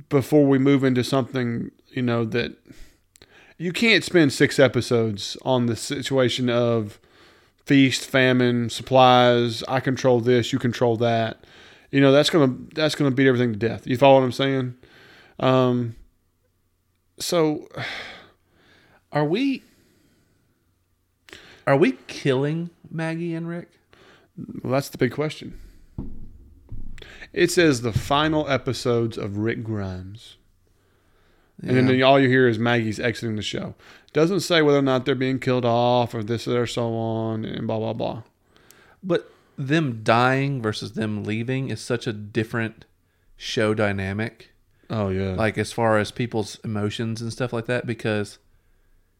[SPEAKER 1] before we move into something, you know, that you can't spend six episodes on the situation of feast, famine, supplies, I control this, you control that. You know, that's going to that's going to beat everything to death. You follow what I'm saying? Um so
[SPEAKER 2] Are we Are we killing Maggie and Rick?
[SPEAKER 1] well, that's the big question. It says the final episodes of Rick Grimes. And then all you hear is Maggie's exiting the show. Doesn't say whether or not they're being killed off or this or so on and blah blah blah.
[SPEAKER 2] But them dying versus them leaving is such a different show dynamic.
[SPEAKER 1] Oh yeah. Like
[SPEAKER 2] Like as far as people's emotions and stuff like that, because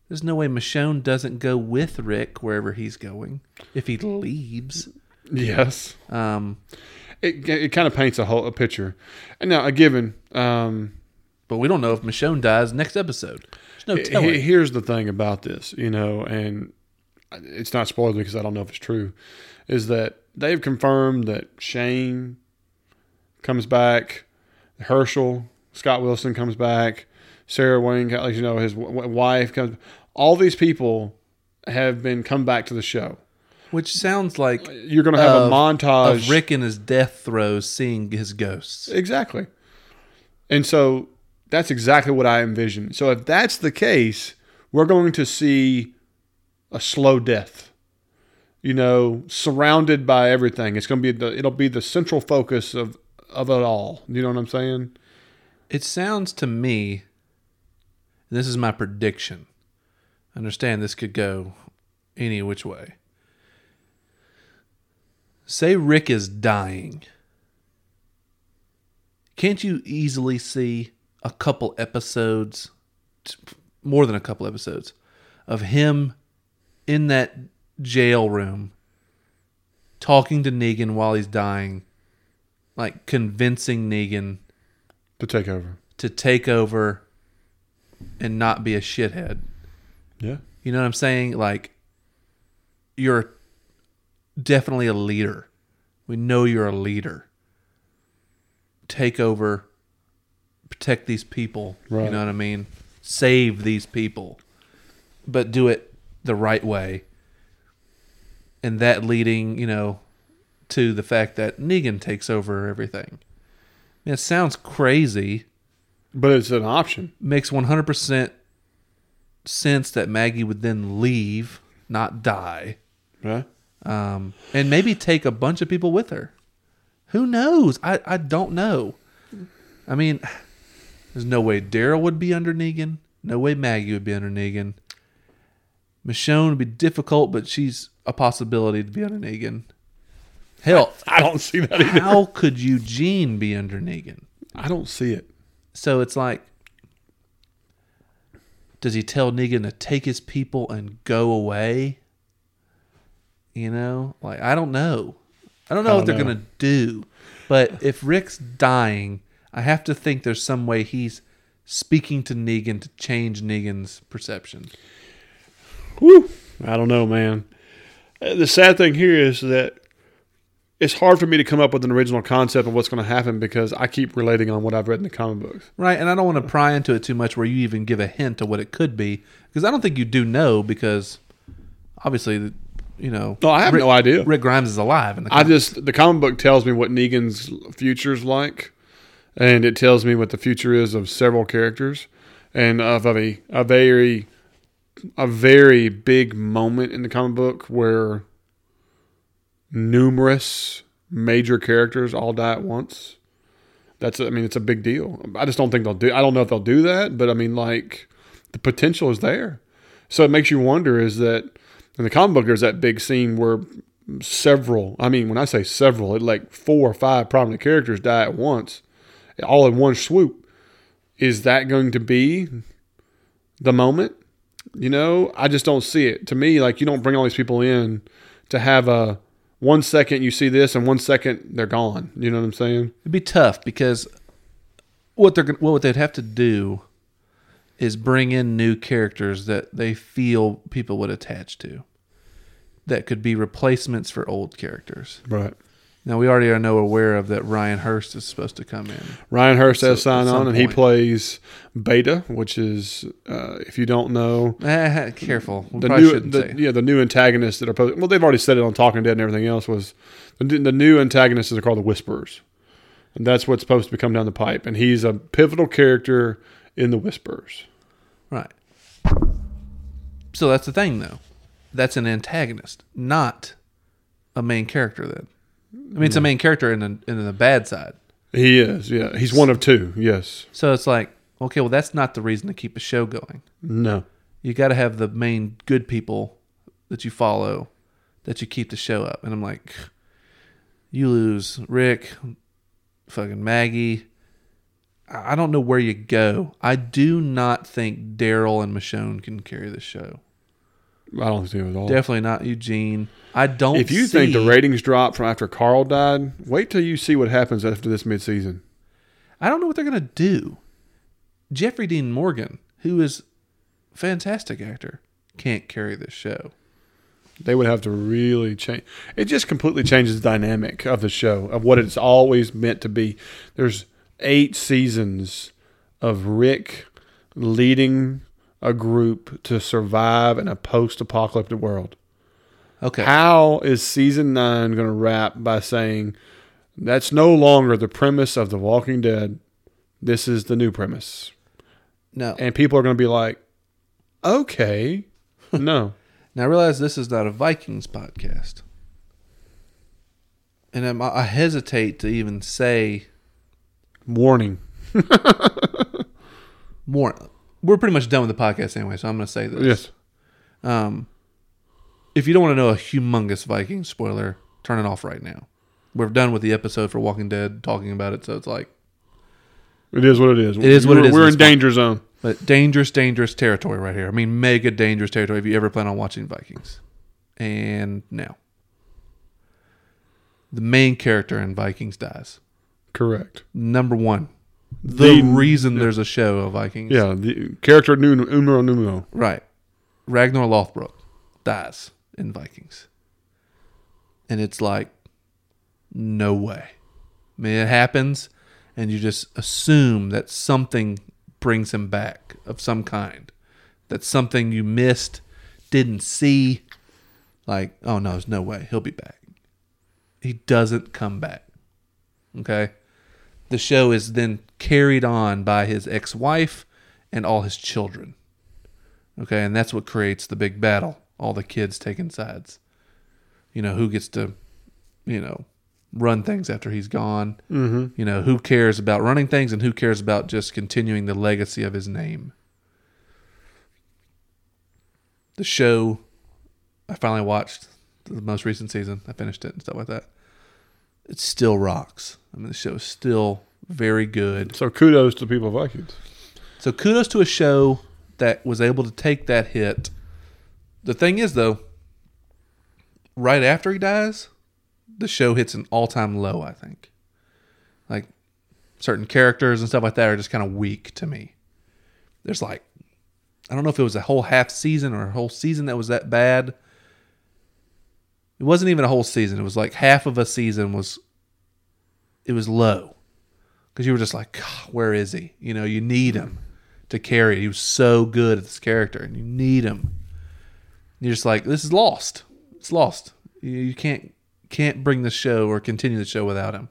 [SPEAKER 2] there's no way Michonne doesn't go with Rick wherever he's going if he leaves.
[SPEAKER 1] yes.
[SPEAKER 2] Um,
[SPEAKER 1] It it kind of paints a whole a picture. And now a given um
[SPEAKER 2] but we don't know if Michonne dies next episode. There's no
[SPEAKER 1] he-
[SPEAKER 2] telling.
[SPEAKER 1] here's the thing about this, you know, and it's not spoiled because I don't know if it's true, is that they've confirmed that Shane comes back, Herschel, Scott Wilson comes back, Sarah Wayne, like you know, his w- w- wife comes. All these people have been come back to the show.
[SPEAKER 2] Which sounds like
[SPEAKER 1] You're going to have
[SPEAKER 2] Of-
[SPEAKER 1] a montage
[SPEAKER 2] of Rick in his death throes seeing his ghosts.
[SPEAKER 1] Exactly. And so that's exactly what I envision. So if that's the case, we're going to see a slow death. You know, surrounded by everything. It's going to be the it'll be the central focus of of it all. You know what I'm saying?
[SPEAKER 2] It sounds to me, this is my prediction. Understand this could go any which way. Say Rick is dying. Can't you easily see a couple episodes, t- more than a couple episodes, of him in that jail room talking to Negan while he's dying, like convincing Negan
[SPEAKER 1] To take over.
[SPEAKER 2] to take over and not be a shithead.
[SPEAKER 1] Yeah.
[SPEAKER 2] You know what I'm saying? Like, you're definitely a leader. We know you're a leader. Take over, protect these people. You
[SPEAKER 1] Right.
[SPEAKER 2] know what I mean? Save these people, but do it the right way. And that leading, you know, to the fact that Negan takes over everything. I mean, it sounds crazy
[SPEAKER 1] But it's an option.
[SPEAKER 2] makes 100% sense that Maggie would then leave, not die,
[SPEAKER 1] Right?
[SPEAKER 2] um, and maybe take a bunch of people with her. Who knows? I, I don't know. I mean, there's no way Daryl would be under Negan. No way Maggie would be under Negan. Michonne would be difficult, but she's a possibility to be under Negan. Hell,
[SPEAKER 1] I don't see that either.
[SPEAKER 2] how could Eugene be under Negan?
[SPEAKER 1] I don't see it.
[SPEAKER 2] So it's like, does he tell Negan to take his people and go away? You know, like I don't know. I don't know
[SPEAKER 1] I
[SPEAKER 2] what
[SPEAKER 1] don't
[SPEAKER 2] they're
[SPEAKER 1] know.
[SPEAKER 2] gonna do. But if Rick's dying, I have to think there's some way he's speaking to Negan to change Negan's perception.
[SPEAKER 1] Woo. I don't know, man. Uh, The sad thing here is that it's hard for me to come up with an original concept of what's going to happen because I keep relating on what I've read in the comic books.
[SPEAKER 2] Right, and I don't want to pry into it too much where you even give a hint of what it could be because I don't think you do know because obviously, you know,
[SPEAKER 1] No, Oh, I have
[SPEAKER 2] Rick,
[SPEAKER 1] no idea.
[SPEAKER 2] Rick Grimes is alive in the
[SPEAKER 1] I
[SPEAKER 2] comic.
[SPEAKER 1] just the comic book tells me what Negan's future's like, and it tells me what the future is of several characters, and of a a very a very big moment in the comic book where numerous major characters all die at once. That's I mean it's a big deal. I just don't think they'll do. I don't know if they'll do that, but I mean like the potential is there. So it makes you wonder is that in the comic book there's that big scene where several i mean when i say several it like four or five prominent characters die at once all in one swoop is that going to be the moment you know i just don't see it to me like you don't bring all these people in to have a one second you see this and one second they're gone you know what i'm saying
[SPEAKER 2] It'd be tough because what they're gon- what they'd have to do is bring in new characters that they feel people would attach to that could be replacements for old characters.
[SPEAKER 1] right
[SPEAKER 2] Now we already are no aware of that Ryan Hurst is supposed to come in.
[SPEAKER 1] Ryan Hurst has
[SPEAKER 2] So, at
[SPEAKER 1] signed
[SPEAKER 2] some
[SPEAKER 1] on, and he
[SPEAKER 2] point.
[SPEAKER 1] plays Beta, which is, uh, if you don't know,
[SPEAKER 2] Eh, careful. We
[SPEAKER 1] the
[SPEAKER 2] probably
[SPEAKER 1] new,
[SPEAKER 2] shouldn't
[SPEAKER 1] the,
[SPEAKER 2] say.
[SPEAKER 1] yeah, the new antagonists that are posed- well, they've already said it on Talking Dead and everything else was the, the new antagonists are called the Whisperers, and that's what's supposed to come down the pipe. And he's a pivotal character in the Whisperers.
[SPEAKER 2] Right. So that's the thing, though. That's an antagonist, not a main character. Then, I mean, it's a main character in the in the bad side.
[SPEAKER 1] He is, yeah, he's one of two. Yes,
[SPEAKER 2] So it's like, okay, well, that's not the reason to keep a show going.
[SPEAKER 1] no,
[SPEAKER 2] You got to have the main good people that you follow, that you keep the show up. And I'm like, you lose Rick, fucking Maggie. I I don't know where you go. I do not think Daryl and Michonne can carry the show.
[SPEAKER 1] I don't see him at all.
[SPEAKER 2] Definitely not Eugene. I don't.
[SPEAKER 1] if you think the
[SPEAKER 2] see-
[SPEAKER 1] ratings drop from after Carl died, wait till you see what happens after this midseason.
[SPEAKER 2] I don't know what they're gonna do. Jeffrey Dean Morgan, who is fantastic actor, can't carry this show.
[SPEAKER 1] They would have to really change. It just completely changes the dynamic of the show, of what it's always meant to be. There's eight seasons of Rick leading a group to survive in a post apocalyptic world.
[SPEAKER 2] Okay,
[SPEAKER 1] How is season nine going to wrap by saying that's no longer the premise of The Walking Dead? This is the new premise.
[SPEAKER 2] no.
[SPEAKER 1] And people are going to be like, okay, no.
[SPEAKER 2] Now I realize this is not a Vikings podcast, and I'm, I hesitate to even say
[SPEAKER 1] Warning.
[SPEAKER 2] more. We're pretty much done with the podcast anyway, so I'm gonna say this.
[SPEAKER 1] Yes.
[SPEAKER 2] Um, if you don't want to know a humongous Viking spoiler, turn it off right now. We're done with the episode for Walking Dead, talking about it, so it's like,
[SPEAKER 1] It is what it is. It
[SPEAKER 2] is what it is.
[SPEAKER 1] We're
[SPEAKER 2] It's
[SPEAKER 1] in danger zone.
[SPEAKER 2] but dangerous, dangerous territory right here. I mean, mega dangerous territory if you ever plan on watching Vikings. And now, the main character in Vikings dies.
[SPEAKER 1] Correct.
[SPEAKER 2] Number one, the,
[SPEAKER 1] The-
[SPEAKER 2] reason there's a show of Vikings.
[SPEAKER 1] Yeah, the character nu- numero numero.
[SPEAKER 2] Right. Ragnar Lothbrok dies in Vikings. And it's like, no way. I mean, it happens, and you just assume that something brings him back of some kind. That's something you missed, didn't see. Like, oh no, there's no way. He'll be back. He doesn't come back. Okay? The show is then carried on by his ex wife and all his children. Okay, and that's what creates the big battle. All the kids taking sides. You know, who gets to, you know, run things after he's gone. Mm-hmm. You know, who cares about running things and who cares about just continuing the legacy of his name. The show I finally watched the most recent season. I finished it and stuff like that. It still rocks. I mean, the show is still very good.
[SPEAKER 1] So kudos to the people of Vikings.
[SPEAKER 2] So kudos to a show that was able to take that hit. The thing is, though, right after he dies, the show hits an all time low, I think. Like certain characters and stuff like that are just kind of weak to me. There's like, I don't know if it was a whole half season or a whole season that was that bad, It wasn't even a whole season. It was like half of a season was. It was low, because you were just like, "God, where is he? You know, you need him to carry. it. He was so good at this character, and you need him. You're just like, this is lost. It's lost. You, you can't can't bring the show or continue the show without him.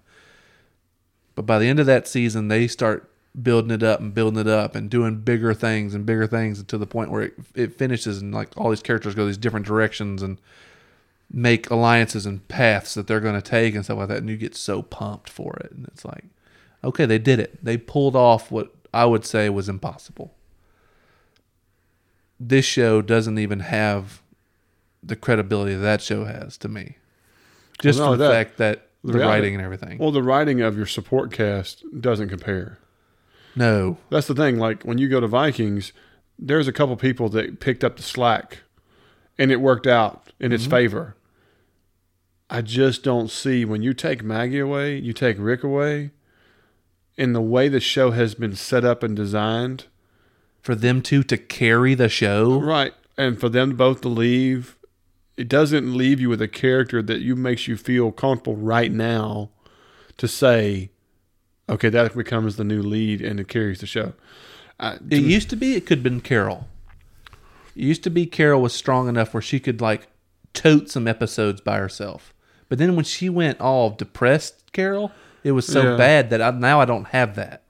[SPEAKER 2] But by the end of that season, they start building it up and building it up and doing bigger things and bigger things to the point where it, it finishes and like all these characters go these different directions and make alliances and paths that they're going to take and stuff like that. And you get so pumped for it. And it's like, okay, they did it. They pulled off what I would say was impossible. This show doesn't even have the credibility that show has to me. Just
[SPEAKER 1] Well, not
[SPEAKER 2] from the
[SPEAKER 1] only that,
[SPEAKER 2] fact that the
[SPEAKER 1] reality-
[SPEAKER 2] writing and everything.
[SPEAKER 1] Well, the writing of your support cast doesn't compare.
[SPEAKER 2] no.
[SPEAKER 1] That's the thing. Like when you go to Vikings, there's a couple people that picked up the slack, and it worked out in
[SPEAKER 2] Mm-hmm.
[SPEAKER 1] its favor. I just don't see when you take Maggie away, you take Rick away, and the way the show has been set up and designed,
[SPEAKER 2] For them two to carry the show.
[SPEAKER 1] right? And for them both to leave, it doesn't leave you with a character that you makes you feel comfortable right now to say, okay, that becomes the new lead and it carries the show. Uh, I,
[SPEAKER 2] It used to be it could have been Carol. It used to be Carol was strong enough where she could like tote some episodes by herself. But then when she went all depressed, Carol, it was so
[SPEAKER 1] Yeah.
[SPEAKER 2] bad that I, now I don't have that.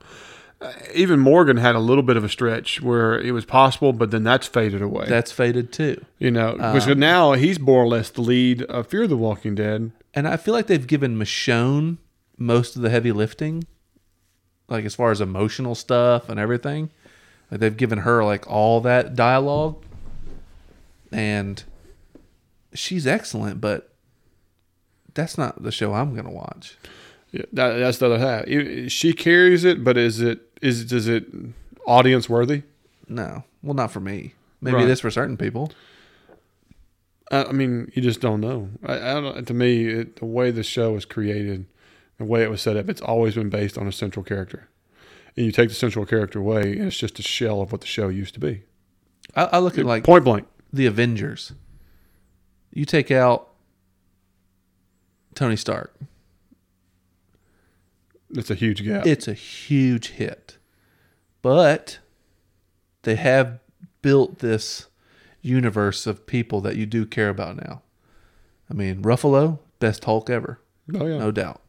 [SPEAKER 1] even Morgan had a little bit of a stretch where it was possible, but then that's faded away.
[SPEAKER 2] That's faded too.
[SPEAKER 1] you know, because now he's more or less the lead of Fear the Walking Dead.
[SPEAKER 2] And I feel like they've given Michonne most of the heavy lifting, like as far as emotional stuff and everything. Like they've given her like all that dialogue, and she's excellent, but that's not the show I'm gonna watch.
[SPEAKER 1] Yeah, that, that's the other half. It- She carries it, but is it is does it audience worthy?
[SPEAKER 2] No, well, not for me. Maybe
[SPEAKER 1] Right.
[SPEAKER 2] it is for certain people.
[SPEAKER 1] I, I mean, you just don't know. I, I don't, to me, it, the way the show was created, the way it was set up, it's always been based on a central character. And you take the central character away, and it's just a shell of what the show used to be.
[SPEAKER 2] I, I look at like
[SPEAKER 1] Point blank.
[SPEAKER 2] the Avengers. You take out Tony Stark,
[SPEAKER 1] It's a huge gap.
[SPEAKER 2] it's a huge hit. But they have built this universe of people that you do care about now. I mean, Ruffalo, best Hulk ever,
[SPEAKER 1] oh yeah,
[SPEAKER 2] no doubt.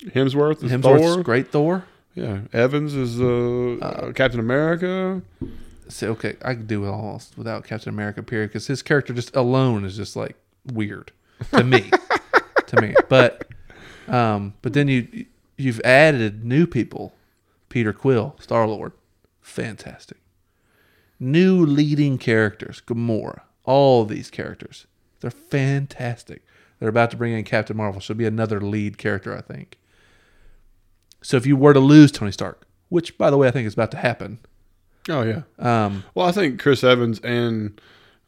[SPEAKER 1] Hemsworth is
[SPEAKER 2] Hemsworth's
[SPEAKER 1] Thor.
[SPEAKER 2] great Thor.
[SPEAKER 1] Yeah, Evans is uh, uh, Captain America.
[SPEAKER 2] So, okay, I could do it all without Captain America, period, because his character just alone is just like weird to me, to me. But, um, but then you you've added new people, Peter Quill, Star Lord, fantastic. New leading characters, Gamora, all these characters, they're fantastic. They're about to bring in Captain Marvel. She'll be another lead character, I think. So if you were to lose Tony Stark, which by the way I think is about to happen,
[SPEAKER 1] Oh yeah.
[SPEAKER 2] um,
[SPEAKER 1] Well, I think Chris Evans and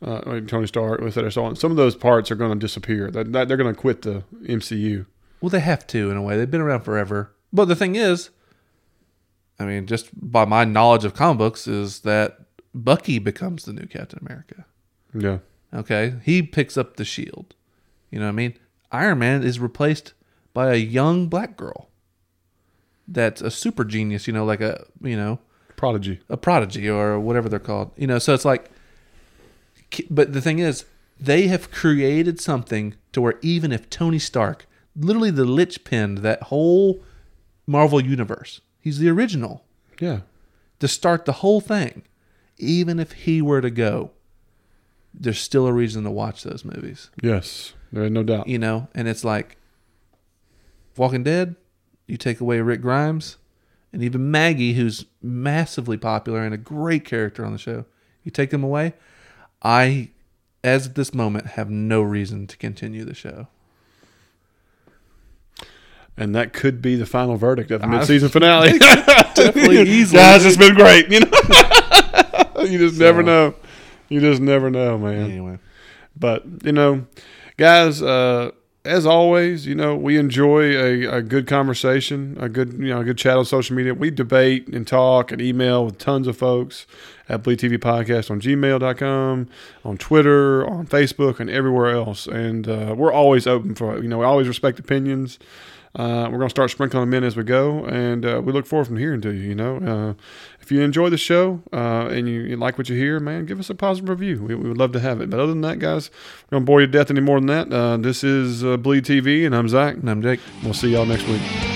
[SPEAKER 1] uh, I mean, Tony Stark was that so on. Some of those parts are going to disappear. That, that they're going to quit the MCU.
[SPEAKER 2] Well, they have to in a way. They've been around forever. But the thing is, I mean, just by my knowledge of comic books, is that Bucky becomes the new Captain America.
[SPEAKER 1] Yeah.
[SPEAKER 2] Okay, he picks up the shield. You know what I mean? Iron Man is replaced by a young black girl that's a super genius. You know, like a you know
[SPEAKER 1] Prodigy.
[SPEAKER 2] a prodigy or whatever they're called. You know, so it's like, ki- but the thing is, they have created something to where even if Tony Stark, literally the lich pinned that whole Marvel universe, he's the original
[SPEAKER 1] Yeah.
[SPEAKER 2] to start the whole thing. Even if he were to go, there's still a reason to watch those movies
[SPEAKER 1] Yes. There is no doubt.
[SPEAKER 2] you know and it's like walking dead you take away rick grimes and even maggie who's massively popular and a great character on the show you take them away i as of this moment have no reason to continue the show
[SPEAKER 1] And that could be the final verdict of the mid-season finale.
[SPEAKER 2] Definitely, easily.
[SPEAKER 1] Guys, it's been great. You know. you just never know. You just never know, man.
[SPEAKER 2] anyway
[SPEAKER 1] But you know, guys, uh, as always, you know, we enjoy a, a good conversation, a good, you know, a good chat on social media. We debate and talk and email with tons of folks at Bleed TV Podcast on gmail.com, on Twitter, on Facebook, and everywhere else. And uh, we're always open for it. You know, we always respect opinions. Uh, we're going to start sprinkling them in as we go, and uh, we look forward from hearing to you. You know, uh, if you enjoy the show uh, and you, you like what you hear, man, give us a positive review. We, we would love to have it. But other than that, guys, we don't bore you to death any more than that. Uh, this is uh, Bleed TV, and I'm Zach.
[SPEAKER 2] And I'm Jake.
[SPEAKER 1] We'll see y'all next week.